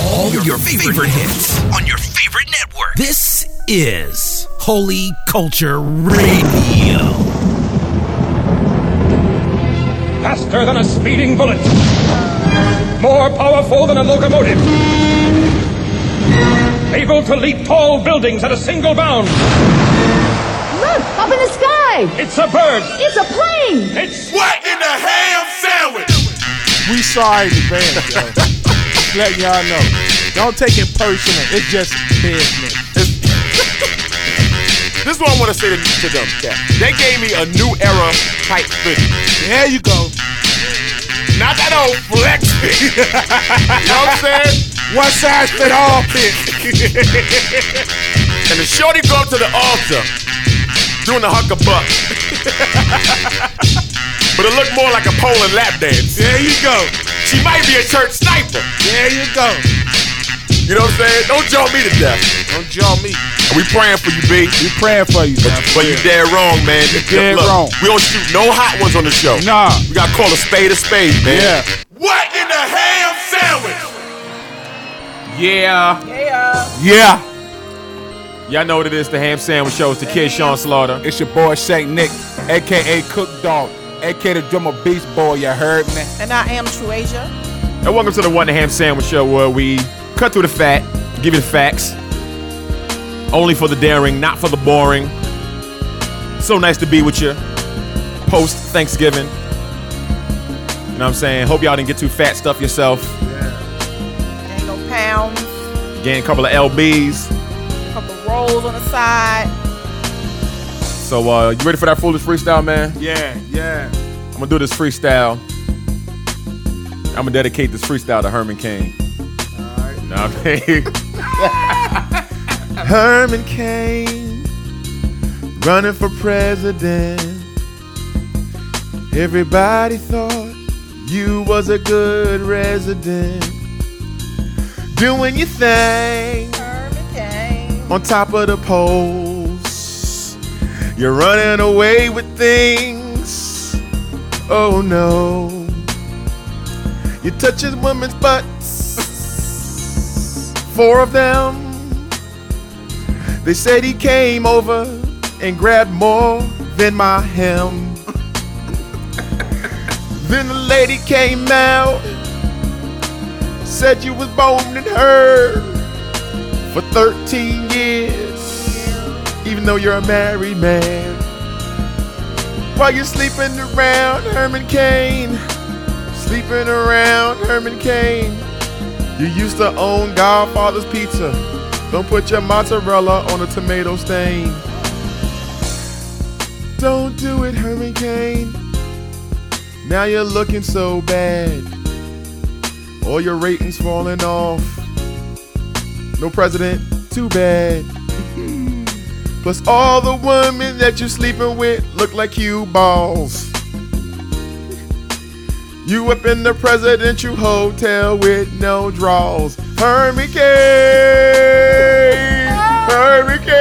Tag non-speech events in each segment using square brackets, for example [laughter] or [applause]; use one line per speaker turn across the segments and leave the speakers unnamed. all your favorite hits on your favorite network. This is Holy Culture Radio.
faster than a speeding bullet, more powerful than a locomotive, able to leap tall buildings at a single bound.
Look, up in the sky!
It's a bird.
It's a plane!
It's
What in the ham sandwich?
We sorry in advance, yo. Just letting y'all know. Don't take it personal. It's just business.
[laughs] This is what I want to say to, to them, Cap. They gave me a new era type fitting.
There you go.
Not that old flex [laughs] fit. you know what I'm saying?
One size fit all fit.
[laughs] And the shorty go to the altar doing the huckabuck. [laughs] but it looked more like a pole and lap dance.
There you go.
She might be a church sniper.
There you go.
You know what I'm saying? Don't jump me to death.
Don't jaw me.
And we praying for you, B.
We praying for you, man.
But you dead wrong, man. You
dead wrong.
We don't shoot no hot ones on the show.
Nah.
We gotta call a spade a spade, man.
Yeah.
What in the ham sandwich? Yeah.
Yeah.
Y'all know what it is, the ham sandwich show. It's the kid Sean Slaughter.
It's your boy Saint Nick, aka Cook Dog, aka the drummer Beast Boy. You heard me?
And I am Chuasia.
And welcome to the What in the Ham Sandwich Show where we cut through the fat, give you the facts. Only for the daring, not for the boring. So nice to be with you. Post Thanksgiving. You know what I'm saying? Hope y'all didn't get too fat stuff yourself.
Ain't no pounds,
Gain a couple of LBs.
a couple rolls on the side.
So uh you ready for that foolish freestyle, man?
Yeah, yeah.
I'm gonna do this freestyle. I'm gonna dedicate this freestyle to Herman Cain. Alright. Nah, okay. [laughs] Herman Cain running for president. Everybody thought you was a good resident. Doing your thing
Herman Cain.
on top of the poles. You're running away with things. Oh no. You touch his women's butts. Four of them. They said he came over and grabbed more than my hem. [laughs] then the lady came out. Said you was boning her for 13 years, even though you're a married man. While you're sleeping around Herman Cain, sleeping around Herman Cain, you used to own Godfather's Pizza. Don't put your mozzarella on a tomato stain. Don't do it, Herman Cain. Now you're looking so bad. All your ratings falling off. No president, too bad. Plus, all the women that you're sleeping with look like you balls. You up in the presidential hotel with no draws. Hurricane! Hurricane!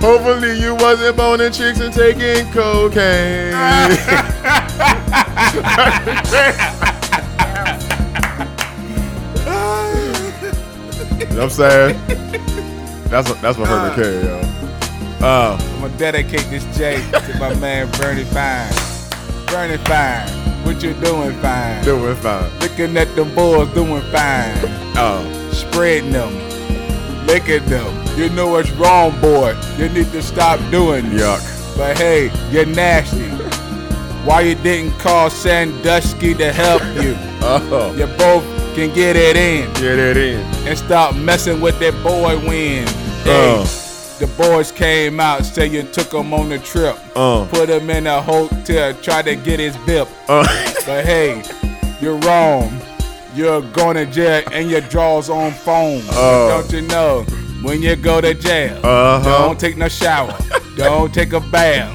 Hopefully, you wasn't boning chicks and taking cocaine. [laughs] Oh, You know what I'm saying? That's what, that's what Herbert K, yo. Oh,
I'm gonna dedicate this J to my man Bernie Fine. Bernie Fine, what you doing, Fine?
Doing fine.
Looking at them boys doing fine.
Oh,
spreading them. Look at them. You know what's wrong, boy. You need to stop doing this.
yuck.
But hey, you're nasty. Why you didn't call Sandusky to help you?
[laughs] Oh.
You both can get it in
Yeah, there it is.
and stop messing with that boy win. Hey,
Oh.
The boys came out, say you took him on the trip.
Uh.
Put him in a hotel, try to get his bip.
Uh,
[laughs] But hey, you're wrong. You're going to jail and your drawers on foam.
Oh.
Don't you know? When you go to jail,
Uh-huh.
don't take no
[laughs]
shower. don't take a bath.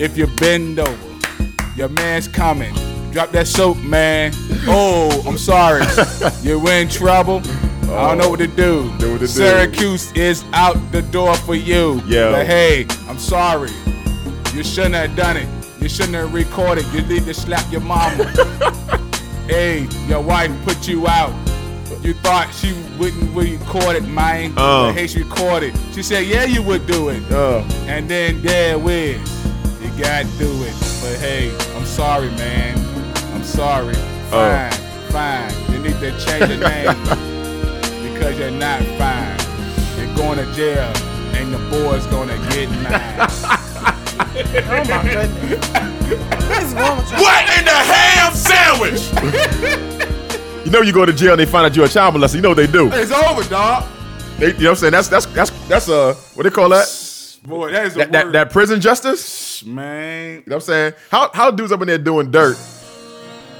If you bend over, your man's coming. Drop that soap, man. Oh, I'm
[laughs]
sorry. You're in trouble. I don't know what to
Oh,
do.
Know what to do.
Syracuse is out the door for you.
Yo.
But hey, I'm sorry.
[laughs]
You shouldn't have done it. You shouldn't have recorded. You need to slap your mama. Hey, your wife put you out. You thought she wouldn't record it, man.
Oh.
But hey, she recorded. She said, yeah, you would do it.
Oh,
And then there whiz. You gotta do it. But hey, I'm sorry, man. I'm sorry.
Oh.
Fine, fine. You need to change
[laughs]
your name because you're not fine. You're going to jail and the boy's gonna get mine.
[laughs]
What is wrong with you?
What in the ham sandwich? you know you go to jail and they find out you're a child molester. You know what they do.
it's over, dog.
They, you know what I'm saying? That's that's that's that's uh what they call that?
Boy, that is a
That that,
word.
that prison justice?
man.
You know what I'm saying? How how dudes up in there doing dirt,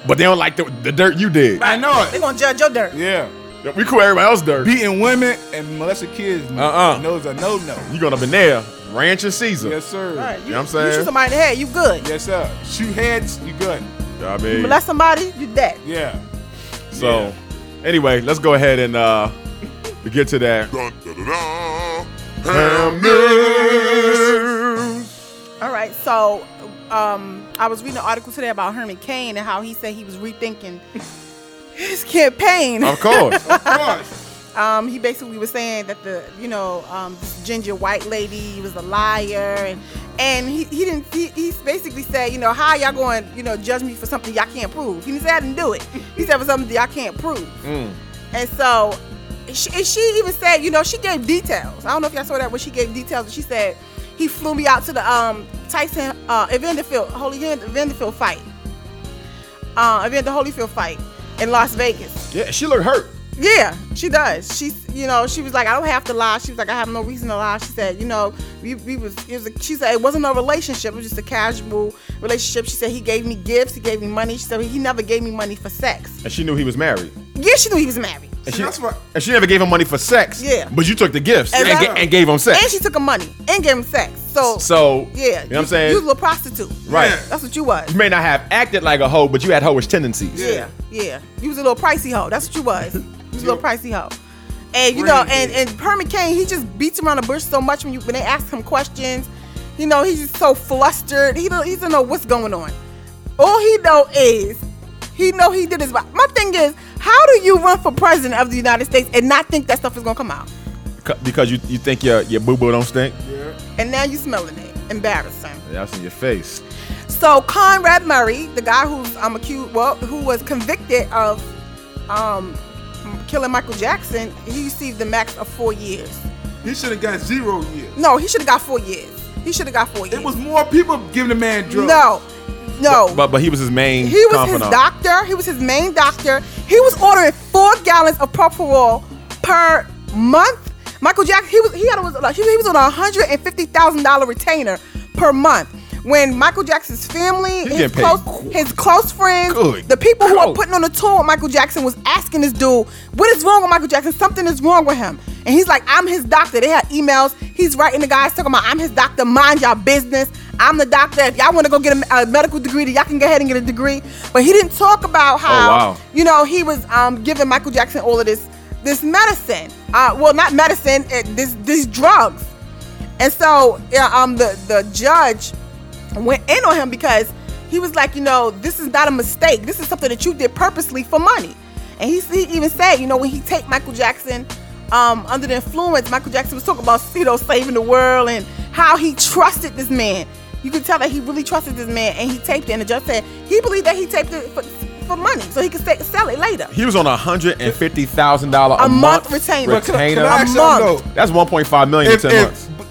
but they don't like the, the dirt you did.
I know
They
it.
gonna judge your dirt.
Yeah.
We cool everybody else dirt.
Beating women and molesting kids
Uh-uh.
knows a no-no.
You gonna be there, Ranch and Caesar.
Yes, sir.
All right, you,
You know what I'm
you
saying?
shoot somebody in the head, you good.
Yes, sir. Shoot heads, you good.
I mean,
Molest somebody, you dead.
Yeah.
so anyway, let's go ahead and uh get to that. Ham news.
All right, so um, I was reading an article today about Herman Cain and how he said he was rethinking his campaign.
[laughs]
Of course.
Of course.
Um, he basically was saying that the you know um, this ginger white lady was a liar and and he, he didn't he, he basically said you know how y'all going you know judge me for something y'all can't prove. He didn't say I didn't do it. He said for something that y'all can't prove. And so she, and she even said you know she gave details. I don't know if y'all saw that when she gave details. She said he flew me out to the um, Tyson uh, Evander Field Holy Evander Field fight. Uh, Evander Holyfield fight in Las Vegas.
yeah, she look hurt.
Yeah, she does. She's, you know, she was like, I don't have to lie. She was like, I have no reason to lie. She said, you know, we, we was, it was a, she said it wasn't a relationship. It was just a casual relationship. She said he gave me gifts, he gave me money. She said he never gave me money for sex.
And she knew he was married.
Yeah, she knew he was married,
And
See,
she,
that's what-
and she never gave him money for sex.
Yeah.
But you took the gifts and,
Exactly.
ga- and gave him sex.
and she took him money and gave him sex. So,
so
yeah,
you know what I'm saying?
You was a prostitute,
right.
Yeah.
That's what you was.
You may not have acted like a hoe, but you had hoish tendencies.
Yeah, yeah. You was a little pricey hoe. That's what you was. You was a little pricey hoe. And you know, and and Herman Cain, he just beats around the bush so much when you when they ask him questions. You know, he's just so flustered. He don't he don't know what's going on. All he know is he know he did his. right. My thing is, how do you run for president of the United States and not think that stuff is gonna come out?
C- Because you, you think your, your boo boo don't stink?
And now you smelling it, embarrassing.
That's in your face.
So Conrad Murray, the guy who's um, accused, well, who was convicted of um, killing Michael Jackson, he received the max of four years.
He should have got zero years.
No, he should have got four years. He should have got four years.
It was more people giving the man drugs.
no, no.
But but he was his main
Oh. he was his
confidant.
doctor. He was his main doctor. He was ordering four gallons of Proparol per month. Michael Jackson, he was he had was like, he was on a hundred and fifty thousand dollar retainer per month. When Michael Jackson's family, his
getting
close,
paid
his close friends,
Good
the people who are
God.
putting on the tour with Michael Jackson was asking this dude, "What is wrong with Michael Jackson? Something is wrong with him." And he's like, "I'm his doctor." They had emails. He's writing the guys talking about, "I'm his doctor. Mind y'all business. I'm the doctor. If y'all want to go get a, a medical degree, then y'all can go ahead and get a degree." But he didn't talk about how,
Oh, wow.
you know, he was um, giving Michael Jackson all of this this medicine. Uh, well, not medicine. It, this these drugs. And so yeah, um, the, the judge went in on him because he was like, you know, this is not a mistake. This is something that you did purposely for money. And he, he even said, you know, when he taped Michael Jackson um, under the influence, Michael Jackson was talking about, you know, saving the world and how he trusted this man. You could tell that he really trusted this man and he taped it. And the judge said he believed that he taped it for, for money so he could sa- sell it later.
He was on a hundred and fifty thousand dollar a
A month
month
retainer.
retainer.
But
Can I- can I ask
A
something,
month.
That's one point five million in
If,
ten months.
if,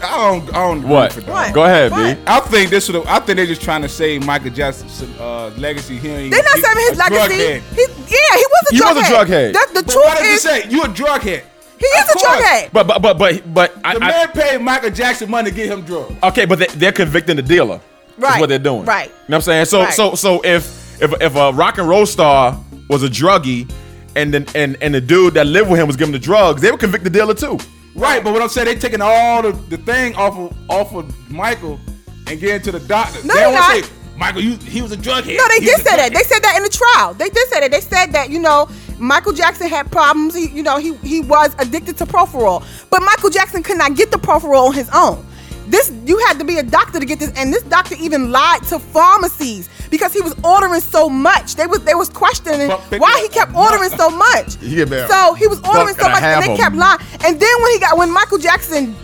I don't, I don't.
What?
agree with
What?
that.
Go ahead,
What?
B.
I think this would. I think they're just trying to save Michael Jackson's uh, legacy. He ain't-
They're not
he-
saving
a
his
drug
legacy.
head.
He, yeah, he was a
He
drug
was a
head.
drug head.
That- the
But what
truth
did you
is,
say? You a drug head.
he is
Of
a drug
course.
head.
But but but but but I,
The
I
man paid Michael Jackson money to get him drugs.
okay, but they, they're convicting the dealer. That's
Right.
what they're doing.
Right.
You know what I'm saying? So
Right.
so so if if if a rock and roll star was a druggie. And then and and the dude that lived with him was giving the drugs. They would convict the dealer too.
Right, but what I'm saying, they taking all the, the thing off of off of Michael and getting to the doctor.
No,
they
they're
don't wanna
not.
say Michael, you he was a drug head.
No, they
He
did
was a
say that.
drug
They said that in the trial. They did say that. They said that you know Michael Jackson had problems. He, you know, he he was addicted to Proferol, but Michael Jackson could not get the Proferol on his own. This you had to be a doctor to get this, and this doctor even lied to pharmacies because he was ordering so much. They was they was questioning
Fuck, pick
why
up.
he kept ordering so much.
[laughs] You get mad.
So he was ordering
Fuck, and
so
I
much,
have
and they
'em.
kept lying. And then when he got when Michael Jackson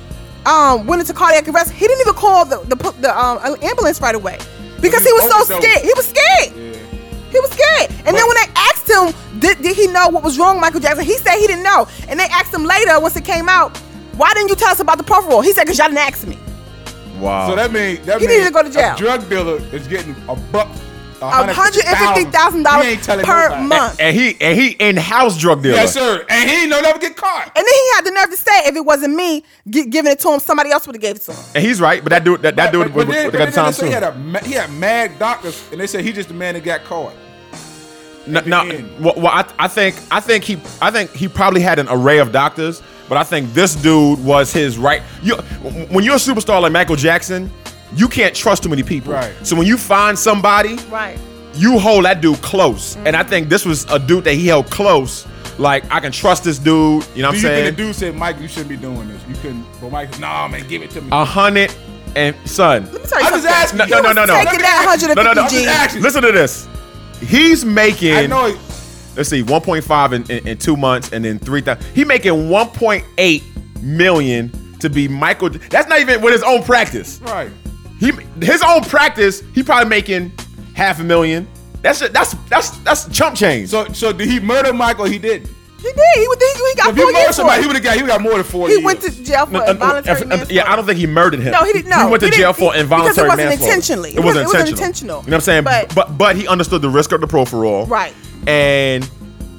um, went into cardiac arrest, he didn't even call the the, pu- the um, ambulance right away because
he
he was so
overdosed.
scared. He was scared. He was scared. And then when they asked him, did, did he know what was wrong, Michael Jackson? He said he didn't know. And they asked him later, once it came out, why didn't you tell us about the Proverol? He said, because y'all didn't ask me.
Wow.
So that means that
He
means
needed to go to jail.
A drug dealer is getting a buck.
A hundred and fifty thousand
He ain't
dollars
telling
per
nobody.
month.
and he and he in house drug dealer.
Yes, sir. And he ain't no never get caught.
And then he had the nerve to say, if it wasn't me gi- giving it to him, somebody else would have gave it to him.
And he's right, but that dude that, that dude
but, but
would
then,
would
but
got
then they
time
say
soon.
he had a ma- he had mad doctors, and they said he just the man that got caught.
No,
the
no
end.
well, well I, I think I think he I think he probably had an array of doctors, but I think this dude was his right. You, when you're a superstar like Michael Jackson, you can't trust too many people.
Right.
So when you find somebody,
[laughs] Right.
you hold that dude close, and I think this was a dude that he held close. Like I can trust this dude. You know what I'm
Do you
saying?
think the dude said, Mike, you shouldn't be doing this? You couldn't. But Mike, said, nah, man, give it to me.
a hundred and son.
Let me tell you
I'm just
something.
asking.
No,
He
no, no,
was
no, no.
taking that 150
Let me ask-
No, no, no.
I'm just
G's.
asking.
Listen to this. He's making.
I know. It,
let's see, 1.5 in, in, in two months, and then three thousand. He making 1.8 million to be Michael. That's not even with his own practice.
right.
He his own practice. He probably making half a million. That's that's that's that's chump change.
So, so did he murder Mike or he didn't?
He did. He, was- he, he got
If you
four
murder
years for
somebody, he
it.
would have got he would got more than four
He
years.
went to jail for
No, uh,
involuntary
uh, uh,
manslaughter.
yeah, I don't think he murdered him.
No, he didn't. No,
he went to
he
jail
didn't-
for
he-
involuntary
because it wasn't
manslaughter.
intentionally.
It wasn't
It wasn't
intentional.
intentional.
You know what I'm saying? But,
But-
but but he understood the risk of the profile.
Right.
And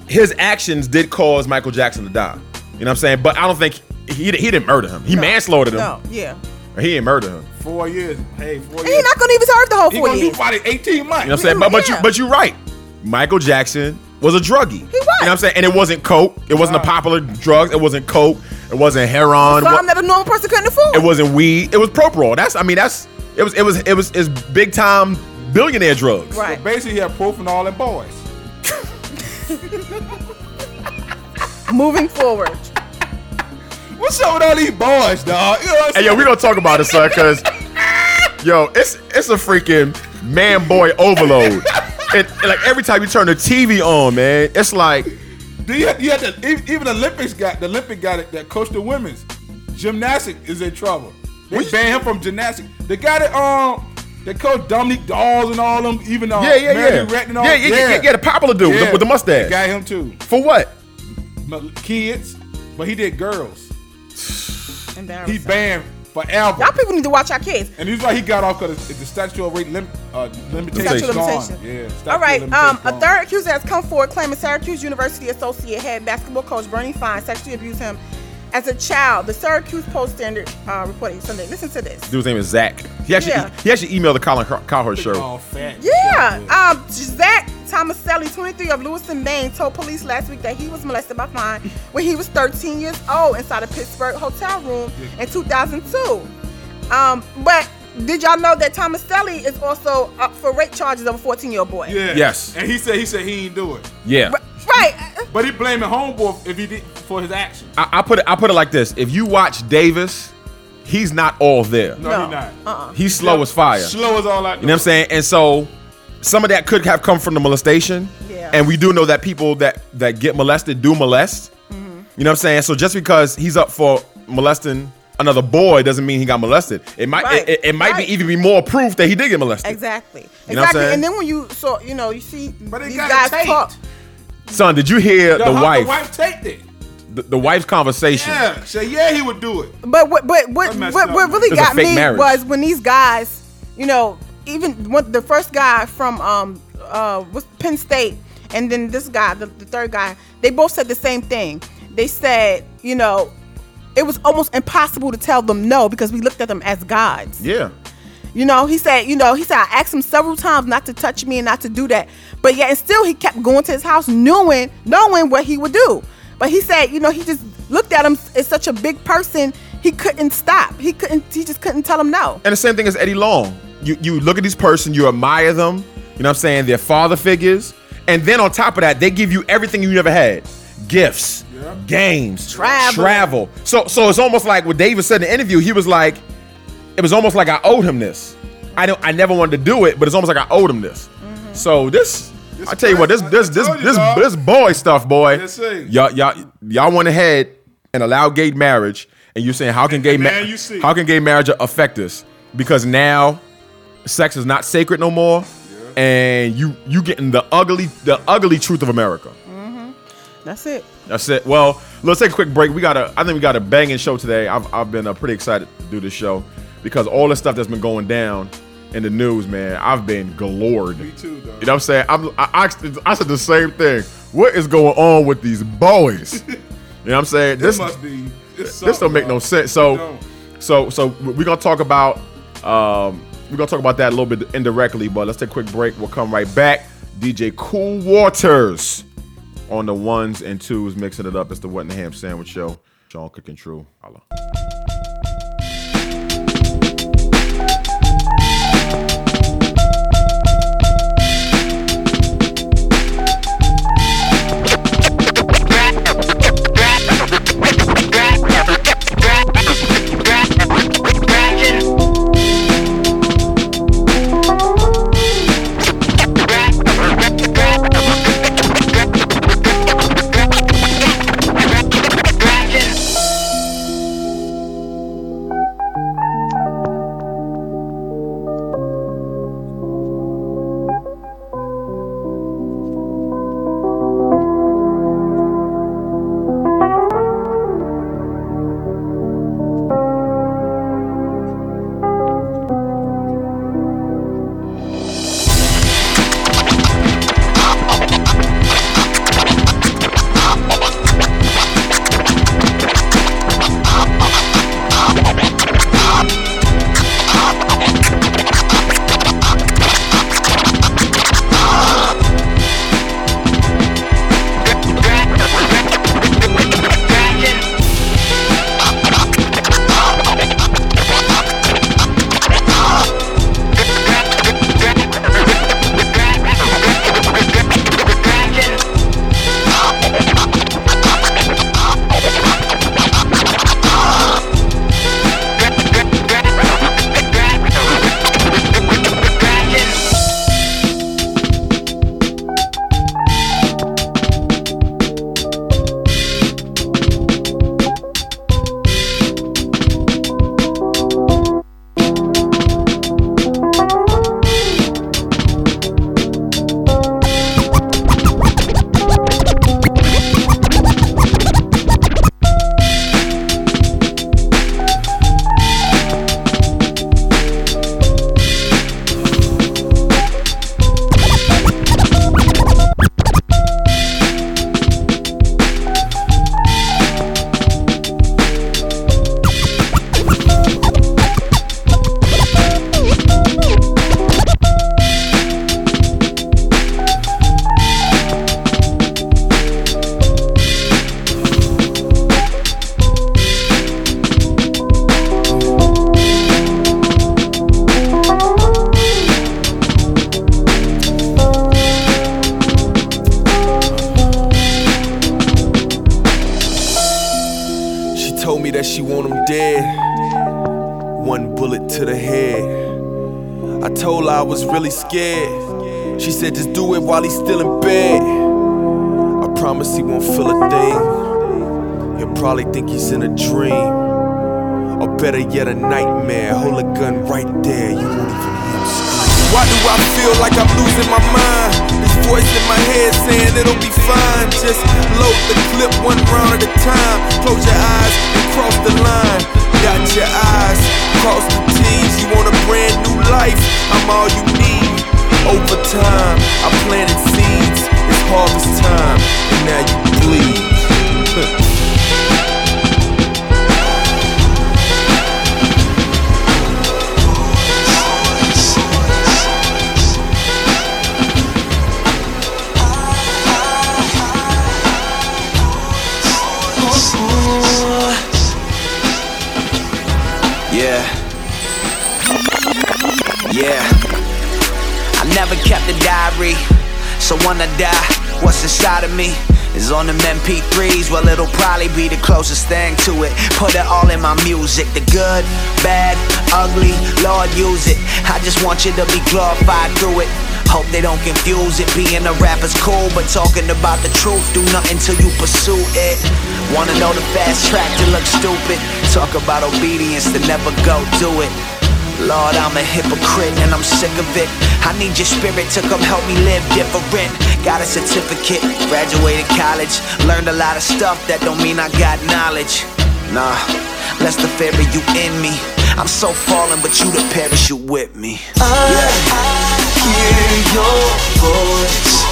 his actions did cause Michael Jackson to die. You know what I'm saying? But I don't think he he didn't murder him. He manslaughtered him.
No, yeah.
Or he didn't murder him.
four years. Hey, four
And he's
years.
not going to even serve the whole
He
four
gonna do
years.
probably eighteen months.
You know what I'm saying? But but you
Yeah.
but you're right. Michael Jackson was a druggie. He was. You know what I'm saying? And it wasn't coke. It wasn't a popular drug. It wasn't coke. It wasn't heroin. It wa-
Something that a normal person couldn't afford.
It wasn't weed. It was proprol. That's I mean that's it was it was it was is big time billionaire drugs.
Right.
Basically, he had profanol and boys.
Moving forward.
What's up with all these boys, dog? You know what I'm
Hey
saying?
yo, we gonna talk about it, son, cause yo, it's it's a freaking man boy overload. And, and, like every time you turn the TV on, man, it's like
Do you, you had to, e- even the Olympics got the Olympic guy that, that coached the women's gymnastic is in trouble. They
What you-
banned him from gymnastics. The guy that um that coached Dominique Dawes and all them, even uh,
yeah, yeah,
Mary
yeah.
Rett and
Yeah,
all
yeah, yeah, yeah, the popular dude with the-
Yeah.
with the mustache.
They got him too.
For what?
M- Kids, but he
[sighs]
did girls. He
Embarrassing.
banned forever.
Y'all people need to watch our kids.
And he's like he got off because the statute of rate lim- uh, limitation.
Statute of
gone.
limitations.
Yeah. statute
All
of
right. Um,
limitations
a
gone.
third accuser has come forward claiming Syracuse University associate head basketball coach Bernie Fine sexually abused him as a child. The Syracuse Post Standard uh, reporting Sunday. Listen to this.
Dude's name is Zach. He actually
Yeah.
he actually emailed the Colin Cow- Cowherd show.
Oh, fat.
Yeah. Um, Zach Thomaselli, 23 of Lewiston, Maine, told police last week that he was molested by Fine when he was 13 years old inside a Pittsburgh hotel room in 2002. Um, but did y'all know that Thomaselli is also up for rape charges of a 14 year old boy?
Yeah.
Yes.
And he said he said he ain't do it.
Yeah.
R- Right.
But he blaming homeboy if he did for his action.
I, I put it I put it like this. If you watch Davis, he's not all there.
No,
No.
he not.
Uh-uh.
He's slow as fire.
Slow as all I
You
know.
know what I'm saying? And so some of that could have come from the molestation.
Yeah.
And we do know that people that that get molested do molest.
Mm-hmm.
You know what I'm saying? So just because he's up for molesting another boy doesn't mean he got molested. It might
Right.
it, it, it might
Right.
be even be more proof that he did get molested.
Exactly.
You know what I'm
exactly.
saying?
and then when you saw, you know, you see
But it
these
got
guys
taped.
talk.
Son, did you hear
Yo,
the
how
wife,
The wife taped it.
the, the wife's conversation?
Yeah. Say yeah, he would do it.
But what, but what,
That messed
what,
up.
what really
It's a
got
fake
me
marriage.
was when these guys, you know, even when the first guy from um uh was Penn State, and then this guy, the, the third guy, they both said the same thing. They said, you know, it was almost impossible to tell them no because we looked at them as gods.
Yeah.
You know, he said, you know, he said, I asked him several times not to touch me and not to do that. But yet and still he kept going to his house knowing knowing what he would do. But he said, you know, he just looked at him as such a big person, he couldn't stop. He couldn't he just couldn't tell him no.
And the same thing as Eddie Long. You you look at these person, you admire them, you know what I'm saying? They're father figures. And then on top of that, they give you everything you never had. Gifts, games,
Travel.
travel. So so it's almost like what David said in the interview, he was like, it was almost like I owed him this. I don't. I never wanted to do it, but it's almost like I owed him this. So this, I tell you what, this
I- I
this this
told you,
this
dog.
this boy stuff, boy.
Yes, sir.
y'all y'all y'all went ahead and allowed gay marriage, and you're saying how can gay ma-
Now you see.
how can gay marriage affect us? Because now sex is not sacred no more, and you you getting the ugly the ugly truth of America.
Mm-hmm. That's it.
That's it. Well, let's take a quick break. We got a, I think we got a banging show today. I've, I've been uh, pretty excited to do this show because all the stuff that's been going down in the news, man, I've been glored. Me
too, dog.
You know what I'm saying? I'm, I, I, I said the same thing. What is going on with these
[laughs]
boys? you know what I'm saying?
This must be. This
this don't make no sense. So,
don't.
so, so we're gonna talk about um, we're gonna talk about that a little bit indirectly, but let's take a quick break. We'll come right back. DJ Cool Waters on the ones and twos, mixing it up. It's the What in the Ham Sandwich Show. John Cook and True. Holla.
She told me that she want him dead. One bullet to the head. I told her I was really scared. She said just do it while he's still in bed. I promise he won't feel a thing. He'll probably think he's in a dream. Or better yet, a nightmare. Hold a gun right there. You won't even hear him scream. Why do I feel like I'm losing my mind? This voice in my head saying it'll be fine. Just load the clip one round at a time. Close your eyes and cross the line. Dot your eyes, cross the T's. You want a brand new life? I'm all you need. Over time, I planted seeds. It's harvest time, and now you bleed. [laughs]
Yeah. Yeah. I never kept a diary. So when I die, what's inside of me? is on them MP3s. Well, it'll probably be the closest thing to it. Put it all in my music the good, bad, ugly. Lord, use it. I just want you to be glorified through it. Hope they don't confuse it. Being a rapper's cool, but talking about the truth do nothing till you pursue it. Wanna know the fast track to look stupid? Talk about obedience to never go do it. Lord, I'm a hypocrite and I'm sick of it. I need your spirit to come help me live different. Got a certificate, graduated college, learned a lot of stuff that don't mean I got knowledge. Nah, that's the fear of you in me. I'm so fallen, but you the parachute with me.
hear your voice,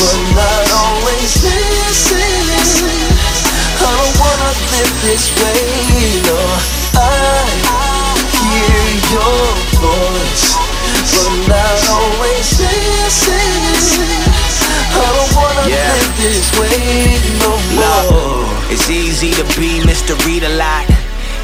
but not always listen. I don't wanna live this way, no. I hear your voice, but not always listen. I don't wanna
Yeah.
live this way no more.
Love. It's easy to be Mr. Read a lot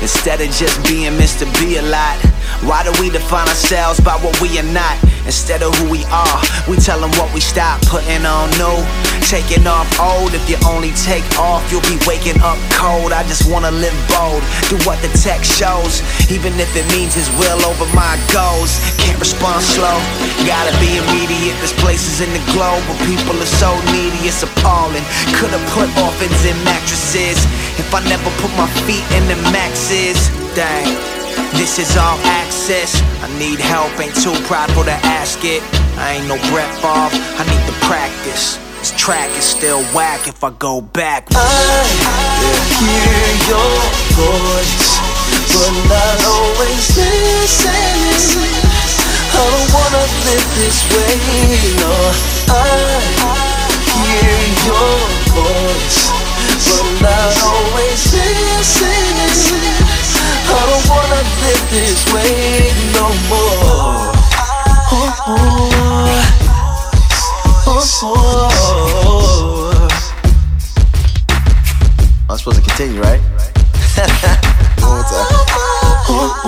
instead of just being Mr. Be a lot. Why do we define ourselves by what we are not instead of who we are? We tell them what we stop putting on new, taking off old. If you only take off, you'll be waking up cold. I just wanna live bold, do what the text shows, even if it means his will over my goals. Can't respond slow, gotta be immediate. There's places in the globe where people are so needy, it's appalling. Could've put orphans in mattresses if I never put my feet in the maxes. Dang, this is all access. I need help, ain't too prideful to ask it. I ain't no Brett Favre, I need to practice. This track is still whack if I go back.
I hear your voice, but not always listen. I don't wanna live this way, no. I hear your voice, but not always listen. I don't wanna live this way no more. oh, oh.
I'm supposed to continue, right? One more time.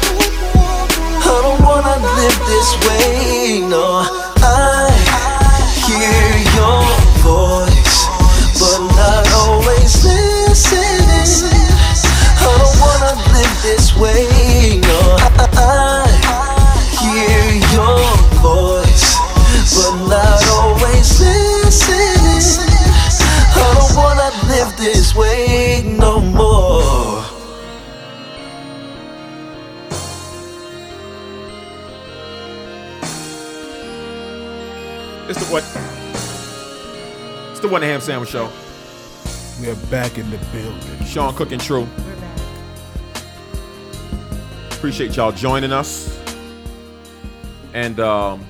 I don't wanna live this way, no. I hear your voice, but not always listening. I don't wanna live this way, no. I hear your voice, but not always listening. I don't wanna live this way no more.
It's the what? It's the one ham sandwich show.
We're back in the building.
Sean Cook and True. Appreciate y'all joining us. And um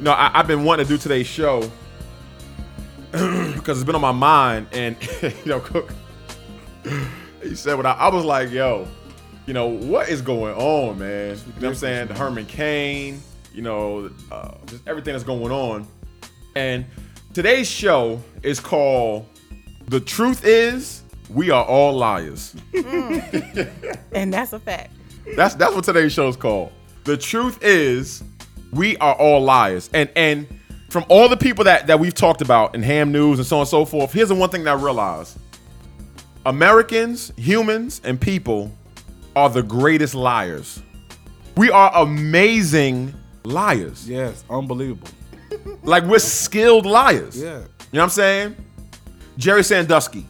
No, I, I've been wanting to do today's show [clears throat] because it's been on my mind and [laughs] you know, Cook he said what I, I was like, yo, you know, what is going on, man? You know what I'm saying? The Herman Cain, you know, uh, just everything that's going on. And today's show is called the truth is, we are all liars.
And that's a fact.
That's that's what today's show's called. The truth is, we are all liars. And and from all the people that that we've talked about in ham news and so on and so forth, here's the one thing that I realized: Americans, humans, and people are the greatest liars. We are amazing liars.
Yes, unbelievable.
Like we're skilled liars.
Yeah.
You know what I'm saying? Jerry Sandusky. You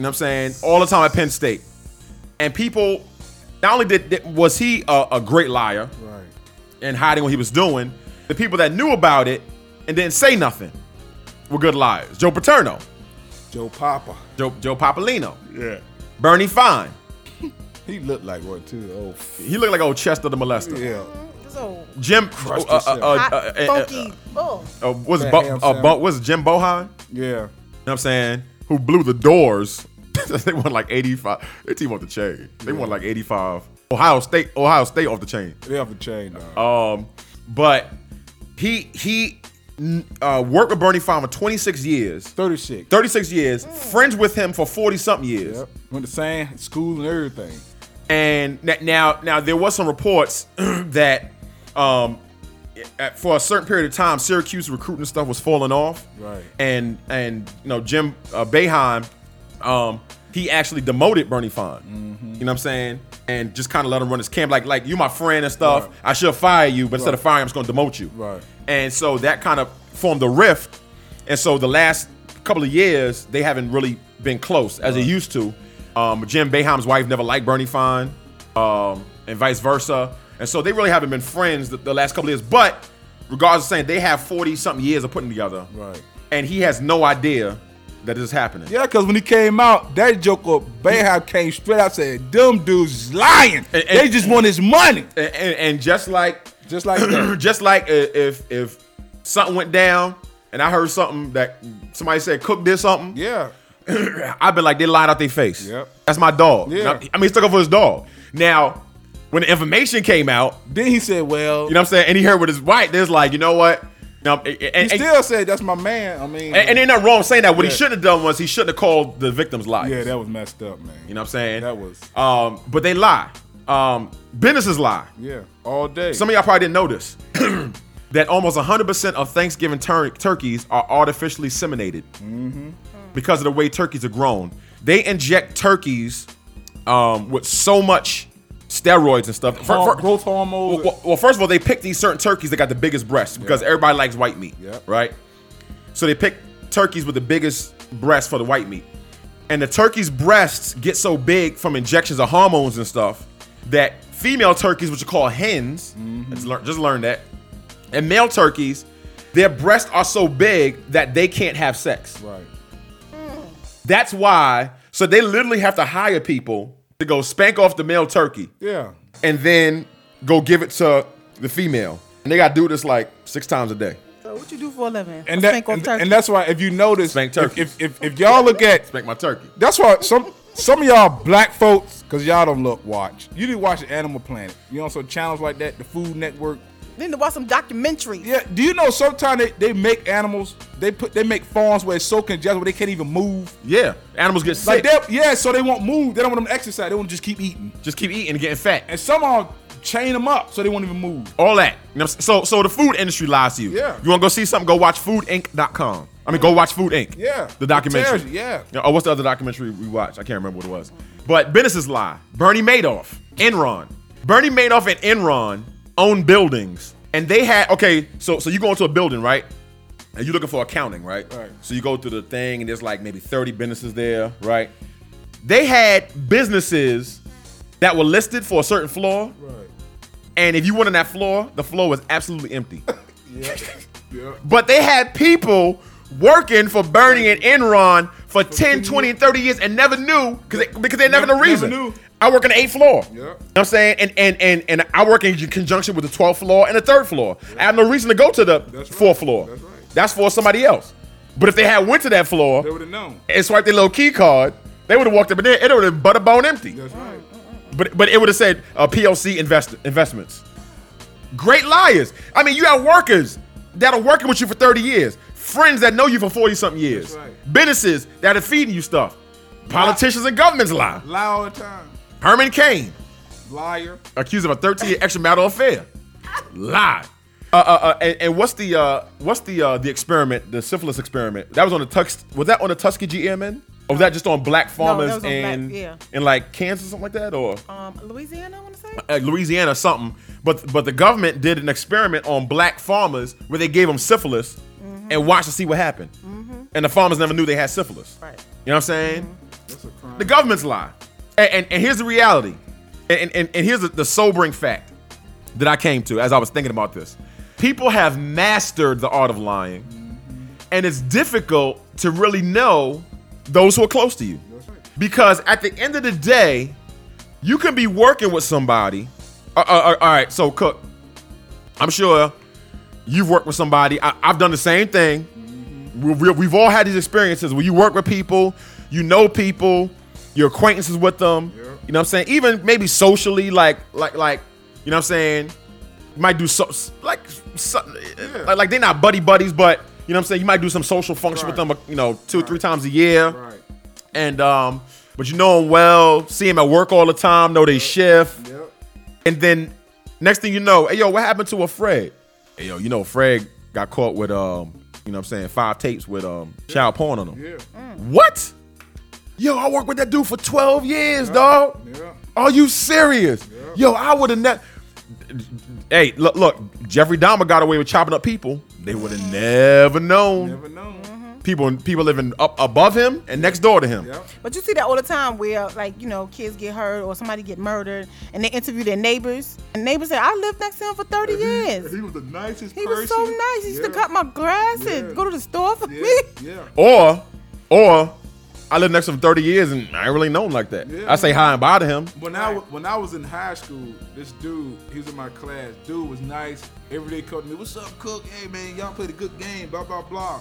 know what I'm saying? All the time at Penn State. And people, not only did, did- was he a, a great liar
Right.
and hiding what he was doing, the people that knew about it and didn't say nothing were good liars. Joe Paterno,
Joe Papa.
Joe, Joe Papolino,
Yeah.
Bernie Fine.
[laughs] He looked like one too. Oh, f-
He looked like old Chester the Molester.
yeah.
So
Jim,
Crushed
uh, uh,
yourself.
uh,
hot,
uh, uh,
funky. oh,
uh, uh, was
That
Bo,
ham
uh, Bo,
sandwich.
was Jim Bohan?
Yeah.
You know what I'm saying? Who blew the doors? [laughs] they won like 85. Their team off the chain. They won like 85. Ohio State, Ohio State off the chain.
They have a chain now.
Um, but Um, he he uh, worked with Bernie Fine for 26 years,
36.
36 years, friends with him for 40 something years.
Yep. Went to same school and everything.
And n- now, now there was some reports [clears throat] that, um, at- for a certain period of time, Syracuse recruiting stuff was falling off.
Right.
And and you know Jim uh, Boeheim, um, he actually demoted Bernie Fine.
Mm-hmm.
You know what I'm saying? And just kind of let him run his camp, like like you my friend and stuff.
Right.
I should fire you, but instead of firing, I'm just gonna demote you.
Right.
And so that kind of formed a rift. And so the last couple of years, they haven't really been close as they used to. Um, Jim Boeheim's wife never liked Bernie Fine, um, and vice versa. And so they really haven't been friends the, the last couple of years. But regardless of saying they have 40 something years of putting together.
Right.
And he has no idea that this is happening.
Yeah, because when he came out, that Joker Bayhab came straight out said, "Them dudes is lying.
And-
they
and-
just want his money."
And, and, and just like uh,
Just [clears throat] like that.
just like i- if if something went down and I heard something that somebody said Cook did something. [clears throat]
Yeah.
I've been like, they lied out their face.
Yep.
That's my dog.
Yeah.
I mean, he stuck up for his dog. Now, when the information came out,
Then he said, "Well,
you know what I'm saying? And he heard with his wife, there's like, you know what? Now, and,
he
and,
still said that's my man." I mean,
and, and they're not wrong saying that. What he
Yeah.
shouldn't have done was he shouldn't have called the victims lies.
yeah, that was messed up, man.
You know what I'm saying?
That was-
Um, but they lie. Um, businesses lie.
yeah, all day.
Some of y'all probably didn't notice [clears throat] that almost 100% of Thanksgiving tur- turkeys are artificially seminated because of the way turkeys are grown. They inject turkeys um, with so much steroids and stuff. Fir-
Hor-
fir-
growth hormones.
Well, well, well, first of all, they pick these certain turkeys that got the biggest breasts because everybody likes white meat,
Yeah.
right? So they pick turkeys with the biggest breasts for the white meat. And the turkey's breasts get so big from injections of hormones and stuff that female turkeys, which are called hens,
Mm-hmm.
just, learn, just learn that, and male turkeys, their breasts are so big that they can't have sex.
right.
That's why, so they literally have to hire people to go spank off the male turkey
Yeah.
and then go give it to the female. And they got to do this like six times a day.
So what you do for a living?
And
I
that
spank on
and,
turkey.
and that's why if you notice,
Spank
if,
turkeys.
if, if if y'all look at
Spank my turkey.
That's why some some of y'all black folks, cause y'all don't look watch. You didn't watch the Animal Planet. You know, so channels like that, the Food Network.
then there was some documentaries.
Yeah, do you know sometimes they, they make animals, they put they make farms where it's so congested where they can't even move.
Yeah, animals get
Like
sick.
they yeah, so they won't move. They don't want them to exercise. They want to just keep eating.
just keep eating and getting fat.
And somehow chain them up so they won't even move.
All that. You know what I'm s- so so the food industry lies to you.
Yeah.
You want to go see something? Go watch foodinc.com. I mean, go watch Food Inc.
Yeah.
The
Tells
documentary.
you, yeah.
Oh, what's the other documentary we watched? I can't remember what it was. But businesses lie. Bernie Madoff, Enron. Bernie Madoff and Enron own buildings, and they had okay. So so you go into a building, right? And you're looking for accounting, right?
Right.
So you go through the thing, and there's like maybe 30 businesses there, right? They had businesses that were listed for a certain floor,
Right.
and if you went on that floor, the floor was absolutely empty.
Yeah.
But they had people working for Bernie and Enron for 10, 20, and 30 years and never knew because they, because they never,
Never-
the reason.
never knew.
I work on the eighth floor.
Yeah.
You know what I'm saying? And and and and I work in conjunction with the 12th floor and the third floor. I have no reason to go to the
That's right.
fourth floor.
That's right.
That's for somebody else. But if they had went to that floor
They would have known.
and swiped their little key card, they would have walked up in there. It would have been butterbone empty.
That's right.
But but it would have said uh, PLC invest, investments. Great liars. I mean, you have workers that are working with you for 30 years, friends that know you for 40 something years,
That's right.
businesses that are feeding you stuff, politicians and governments lie.
Lie all the time.
Herman Cain,
Liar.
accused of a 13 year extramarital affair, lie. Uh, uh, uh, and, and what's the uh, what's the uh, the experiment, the syphilis experiment? That was on the Tux. Was that on the Tuskegee Airmen? Or was that just on black farmers
was on black-
and
yeah.
and like Kansas, something like that, or
Um, Louisiana, I want to say.
like Louisiana or something. But but the government did an experiment on black farmers where they gave them syphilis and watched to see what happened. And the farmers never knew they had syphilis.
Right.
You know what I'm saying? The government's lie. And, and, and here's the reality. And, and, and here's the, the sobering fact that I came to as I was thinking about this. People have mastered the art of lying, and it's difficult to really know those who are close to you. Because at the end of the day, you can be working with somebody. Uh, uh, uh, all right, so Cook, I'm sure you've worked with somebody. I, I've done the same thing. We- we- We've all had these experiences where you work with people, you know people, your acquaintances with them. You know what I'm saying? Even maybe socially, like like like, you know what I'm saying? You might do so like some, like, like they're not buddy buddies, but you know what I'm saying. You might do some social function with them, uh, you know, two or three times a year.
Right.
And um, but you know them well, see them at work all the time, know they shift,
Yep.
and then next thing you know, hey yo, what happened to a Fred? Hey yo, you know Fred got caught with um, you know what I'm saying, five tapes with um child porn on them.
Yeah.
What? Yo, I worked with that dude for 12 years, dog.
Yeah.
Are you serious? Yo, I would have never. Hey, look, look, Jeffrey Dahmer got away with chopping up people. They would have never known. Mm-hmm.
Never know.
People, people living up above him and next door to him.
Yep.
But you see that all the time where, like, you know, kids get hurt or somebody get murdered, and they interview their neighbors, and neighbors say, "I lived next to him for 30 years.
He was the nicest
He
person.
was so nice. He used to
Yeah.
cut my grass
Yeah.
and go to the store for
Yeah.
me."
Yeah.
Or, or I lived next to him 30 years and I ain't really known like that.
Yeah.
I say hi and bye to him.
When I when I was in high school, this dude, he was in my class. Dude was nice. Every day called me, "What's up, Cook? Hey man, y'all played a good game." Blah blah blah.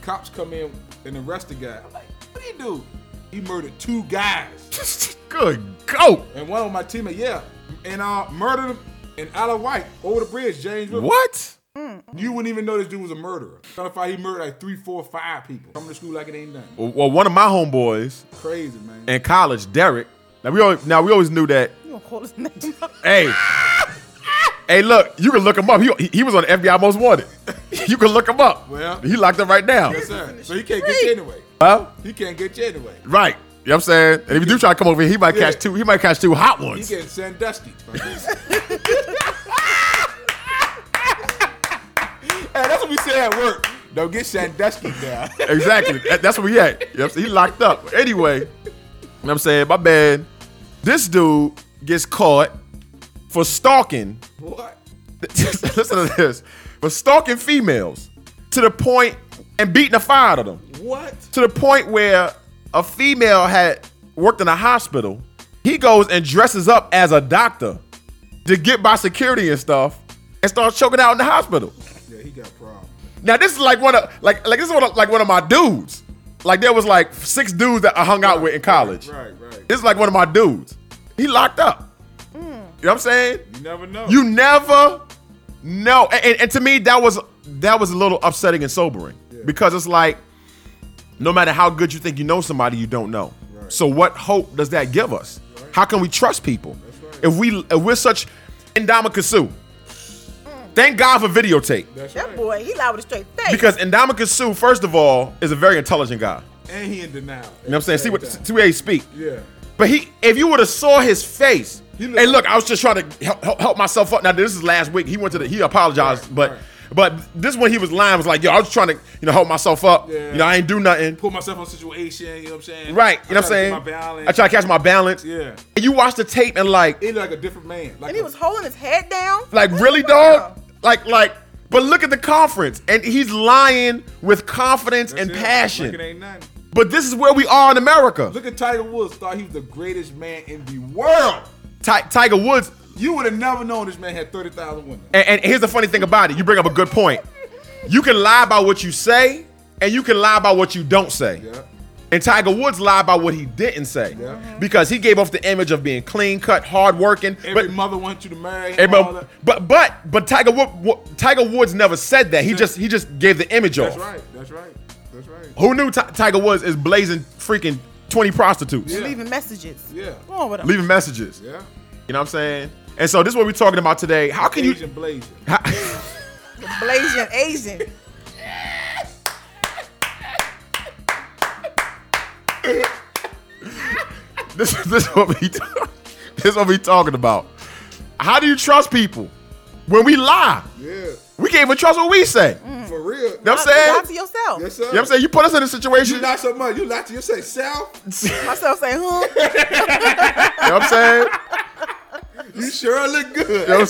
Cops come in and arrest the guy. I'm like, "What do you do?" He murdered two guys,
[laughs] Good go.
and one of my teammates, yeah, and uh, murdered him in Isle of Wight over the bridge, James. River. Mm.
What?
You wouldn't even know this dude was a murderer. Trying to find he murdered like three, four, five people. Coming to school like it ain't nothing.
Well, one of my homeboys
Crazy man.
in college, Derek. Now we always, now we always knew that
You don't call his name.
Hey. Hey, look, you can look him up. He, he was on FBI Most Wanted. You can look him up.
Well-
he locked up right now.
yes, sir. So he can't get you anyway.
Huh?
He can't get you anyway.
Right. You know what I'm saying? And if you do try to come over here, he might
Yeah.
catch two, he might catch two hot
He
ones.
getting sandusty. hey, that's what we say at work. Don't get sandusty down.
[laughs] Exactly. That- That's where we at. You know what I'm saying? He locked up. Anyway, you know what I'm saying? My bad. This dude gets caught for stalking.
what?
[laughs] Listen to this. For stalking females to the point and beating the fire out of them.
What?
to the point where a female had worked in a hospital. He goes and dresses up as a doctor to get by security and stuff, and starts choking out in the hospital.
Yeah, he got problems.
Now this is like one of like like this is one of, like one of my dudes. Like there was like six dudes that I hung out with in college.
Right, right.
This is like one of my dudes. He locked up. You know what I'm saying?
You never know.
You never know. And, and, and to me, that was that was a little upsetting and sobering because it's like, no matter how good you think you know somebody, you don't know. So what hope does that give us? How can we trust people if we if we're such Indama Sue? Thank God for videotape
That's
That
right.
boy, he lied with a straight face.
because Indama Sue, first of all, is a very intelligent guy.
And he in denial.
You know what I'm saying? See what see where he speak.
Yeah.
But he, if you would have saw his face,
He looked-
hey, look, I was just trying to help, help, help myself up. Now this is last week. He went to the, he apologized,
Right,
but
right.
but this one he was lying was like, yo, I was trying to you know help myself up.
Yeah.
You know, I ain't do nothing.
Put myself on situation. You know what I'm saying?
Right,
I
you know what I'm
try to
saying?
keep My balance.
I try to catch my balance.
Yeah.
And you watch the tape and like,
He look like a different man.
and
Like
he
a-
was holding his head down.
like
What
really,
the fuck?
dog? Like, like, but look at the conference. And he's lying with confidence
That's
and
it.
passion.
Like it ain't nothing.
but this is where we are in America.
Look at Tiger Woods. Thought he was the greatest man in the world.
Ti- Tiger Woods
You would have never known this man had thirty thousand women.
And, and here's the funny thing about it. You bring up a good point. You can lie about what you say, and you can lie about what you don't say.
Yeah.
And Tiger Woods lied about what he didn't say
Yeah.
because he gave off the image of being clean cut, hard working.
Every
but,
mother wants you to marry him.
every-
all that.
but but but Tiger Woods, Tiger Woods never said that. He just he just gave the image
That's
off.
right. That's right. That's right.
Who knew Ti- Tiger Woods is blazing freaking twenty prostitutes,
Yeah.
Leaving messages.
Yeah.
Go on with him.
leaving messages.
Yeah.
You know what I'm saying? And so this is what we're talking about today. How can you?
Asian blazer.
[laughs] how-
Blazing Asian.
This [laughs] is this is what we talk- this is what we talking about. How do you trust people when we lie?
Yeah.
We can't even trust what we say.
For real.
You know what I'm saying?
Mm. Lie to yourself.
Yes, sir.
You know what I'm saying? You put us in a
You
situation.
not so much. You lie to yourself.
[laughs]
Self,
Myself saying, huh?
You know what I'm saying?
you sure look good.
You know what I'm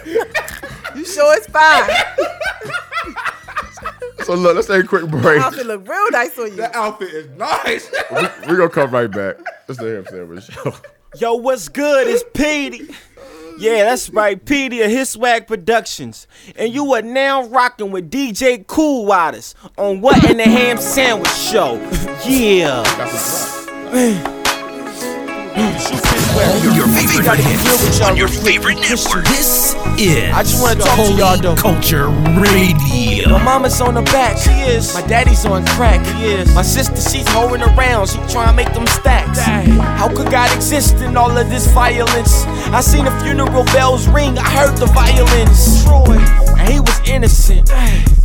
saying?
[laughs]
[laughs]
You sure it's fine.
So look, let's take a quick break.
Outfit look real nice on you.
That outfit is nice.
We're gonna come right back. Let's stay up there with the show.
Yo, what's good? It's Petey. Yeah, that's right, Petey of His Swag Productions. And you are now rocking with DJ Cool Waters on What in the Ham Sandwich Show. yeah.
Your favorite hits on your favorite network. This is
I just wanna talk to
Holy
y'all, though.
Culture Radio.
My mama's on the back. She is. My daddy's on crack. He is. My sister, she's hoeing around. She tryna make them stacks. How could God exist in all of this violence? I seen the funeral bells ring. I heard the violins. Troy. And he was innocent.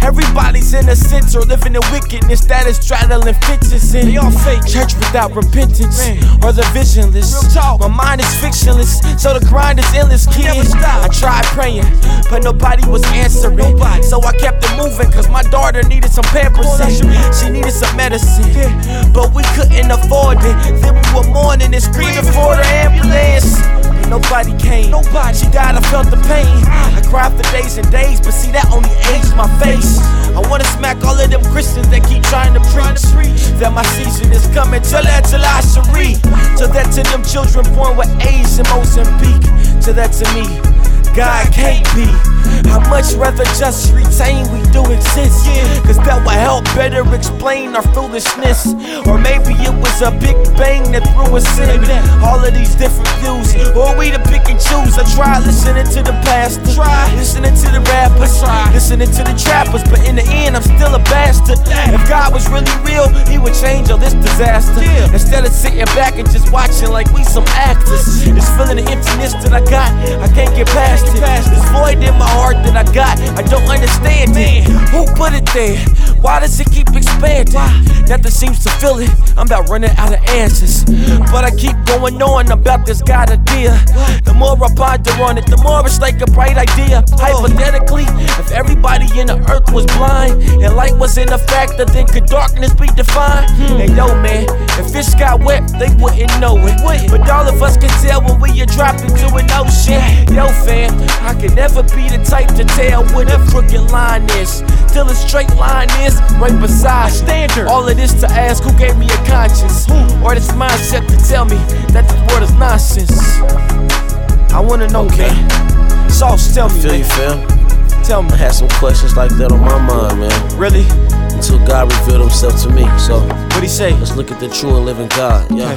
Everybody's innocent or living in wickedness that is straddling fences in. They all fake church without repentance or the visionless. My mind is fictionless, so the grind is endless, kid. I tried praying, but nobody was answering. So I kept it moving, cause my daughter needed some pampers. She needed some medicine, but we couldn't afford it. Then we were mourning and screaming for the ambulance. And Nobody came. Nobody. She died. I felt the pain. I cried for days and days, but see that only aged my face. I wanna smack all of them Christians that keep trying to preach that my season is coming. Till that till I Cherie. Till that to them children born with AIDS in Mozambique. Till that to me, God can't be. I much rather just retain we do exist. Cause that would help better explain our foolishness. Or maybe it was a big bang that threw us in. All of these different views. Or we to pick and choose. I try listening to the pastor. Try listening to the rappers. Try listening to the trappers. But in the end, I'm still a bastard. If God was really real, he would change all this disaster. Instead of sitting back and just watching like we some actors. This feeling the emptiness that I got, I can't get past it. This void in my heart that I got, I don't understand it. Who put it there? Why does it keep expanding? Nothing seems to fill it. I'm about running out of answers. But I keep going on about this God idea. The more I ponder on it, the more it's like a bright idea. Hypothetically, if everybody in the earth was blind and light wasn't a factor, then could darkness be defined? They know, man, if fish got wet, they wouldn't know it. But all of us can tell when we are dropped into an ocean. Yo, fam, I could never be the type to tell what a crooked line is. Till a straight line is right beside standard. All of this to ask who gave me a conscience, or this mindset to tell me that this world is nonsense. I wanna know, man. Sauce, tell me.
Feel you, fam?
man. Tell me.
I had some questions like that on my mind, man.
Really?
Until God revealed himself to me. So,
what'd he say?
Let's look at the true and living God. Yeah.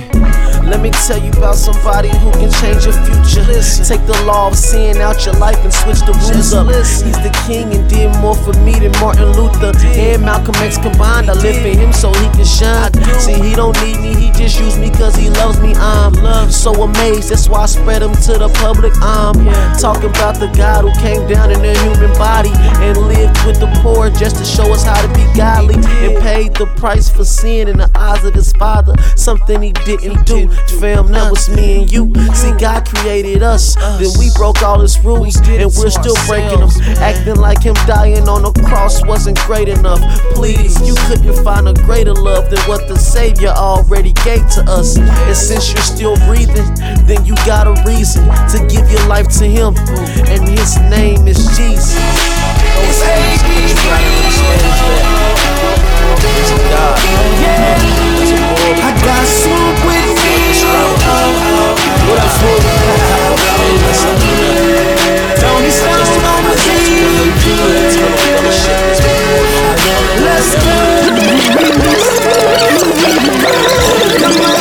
Let me tell you about somebody who can change your future. Take the law of sin out your life and switch the rules up. He's the king and did more for me than Martin Luther and Malcolm X combined. I live for him so he can shine. See, he don't need me, he just used me cause he loves me. I'm so amazed, that's why I spread him to the public. I'm talking about the God who came down in a human body and lived with the poor just to show us how to be godly and paid the price for sin in the eyes of his father. Something he didn't do. Fam, that was me and you. See, God created us, then we broke all his rules, and we're still breaking them. Acting like him dying on the cross wasn't great enough. Please, you couldn't find a greater love than what the Savior already gave to us. And since you're still breathing, then you got a reason to give your life to him, and his name is Jesus.
I got swoop with me. What up, swoop? Tony Stone on the team. Let's go.
Come on,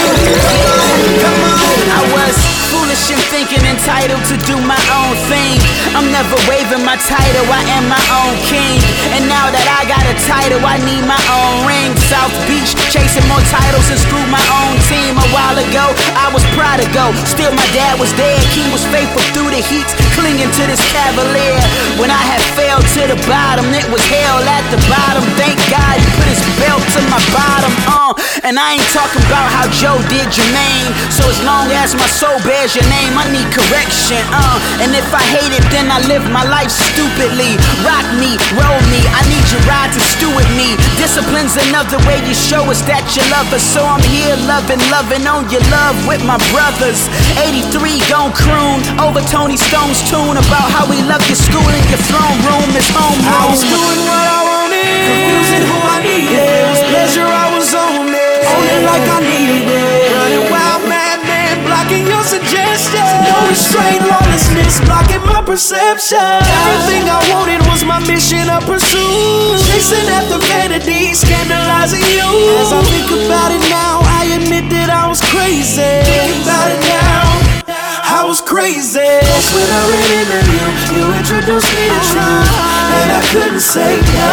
come on.
I was foolish and thinking entitled to do my own thing. I'm never waving my title, I am my own king. And now that I got a title, I need my own ring. South Beach, chasing more titles and screwed my own team. A while ago, I was prodigal. Still, my dad was there. King was faithful through the heat, clinging to this cavalier. When I had fell to the bottom, it was hell at the bottom. Thank God he put his belt to my bottom. Uh, and I ain't talking about how Joe did Jermaine. So as long as my soul bears your name, I need correction. Uh, and if I hate it, then I live my life stupidly. Rock me, roll me. I need your ride to steward me. Discipline's another way you show us that you love us. So I'm here loving, loving on your love with my brothers. 83 gon' croon over Tony Stone's tune about how we love your school and your throne room is home.
I was doing what I wanted, confusing who I needed. It was pleasure I was on it, on it like I needed it. Running wild, madman, blocking your suggestions. No restraint, lawlessness, blocking my perception. Everything I wanted was my mission I pursued. Chasing after vanity, scandalizing you. As I think about it now, I admit.
admitted that I was crazy. Think about it now. I was crazy. That's when I ran into you. You introduced me to truth, and I couldn't say no.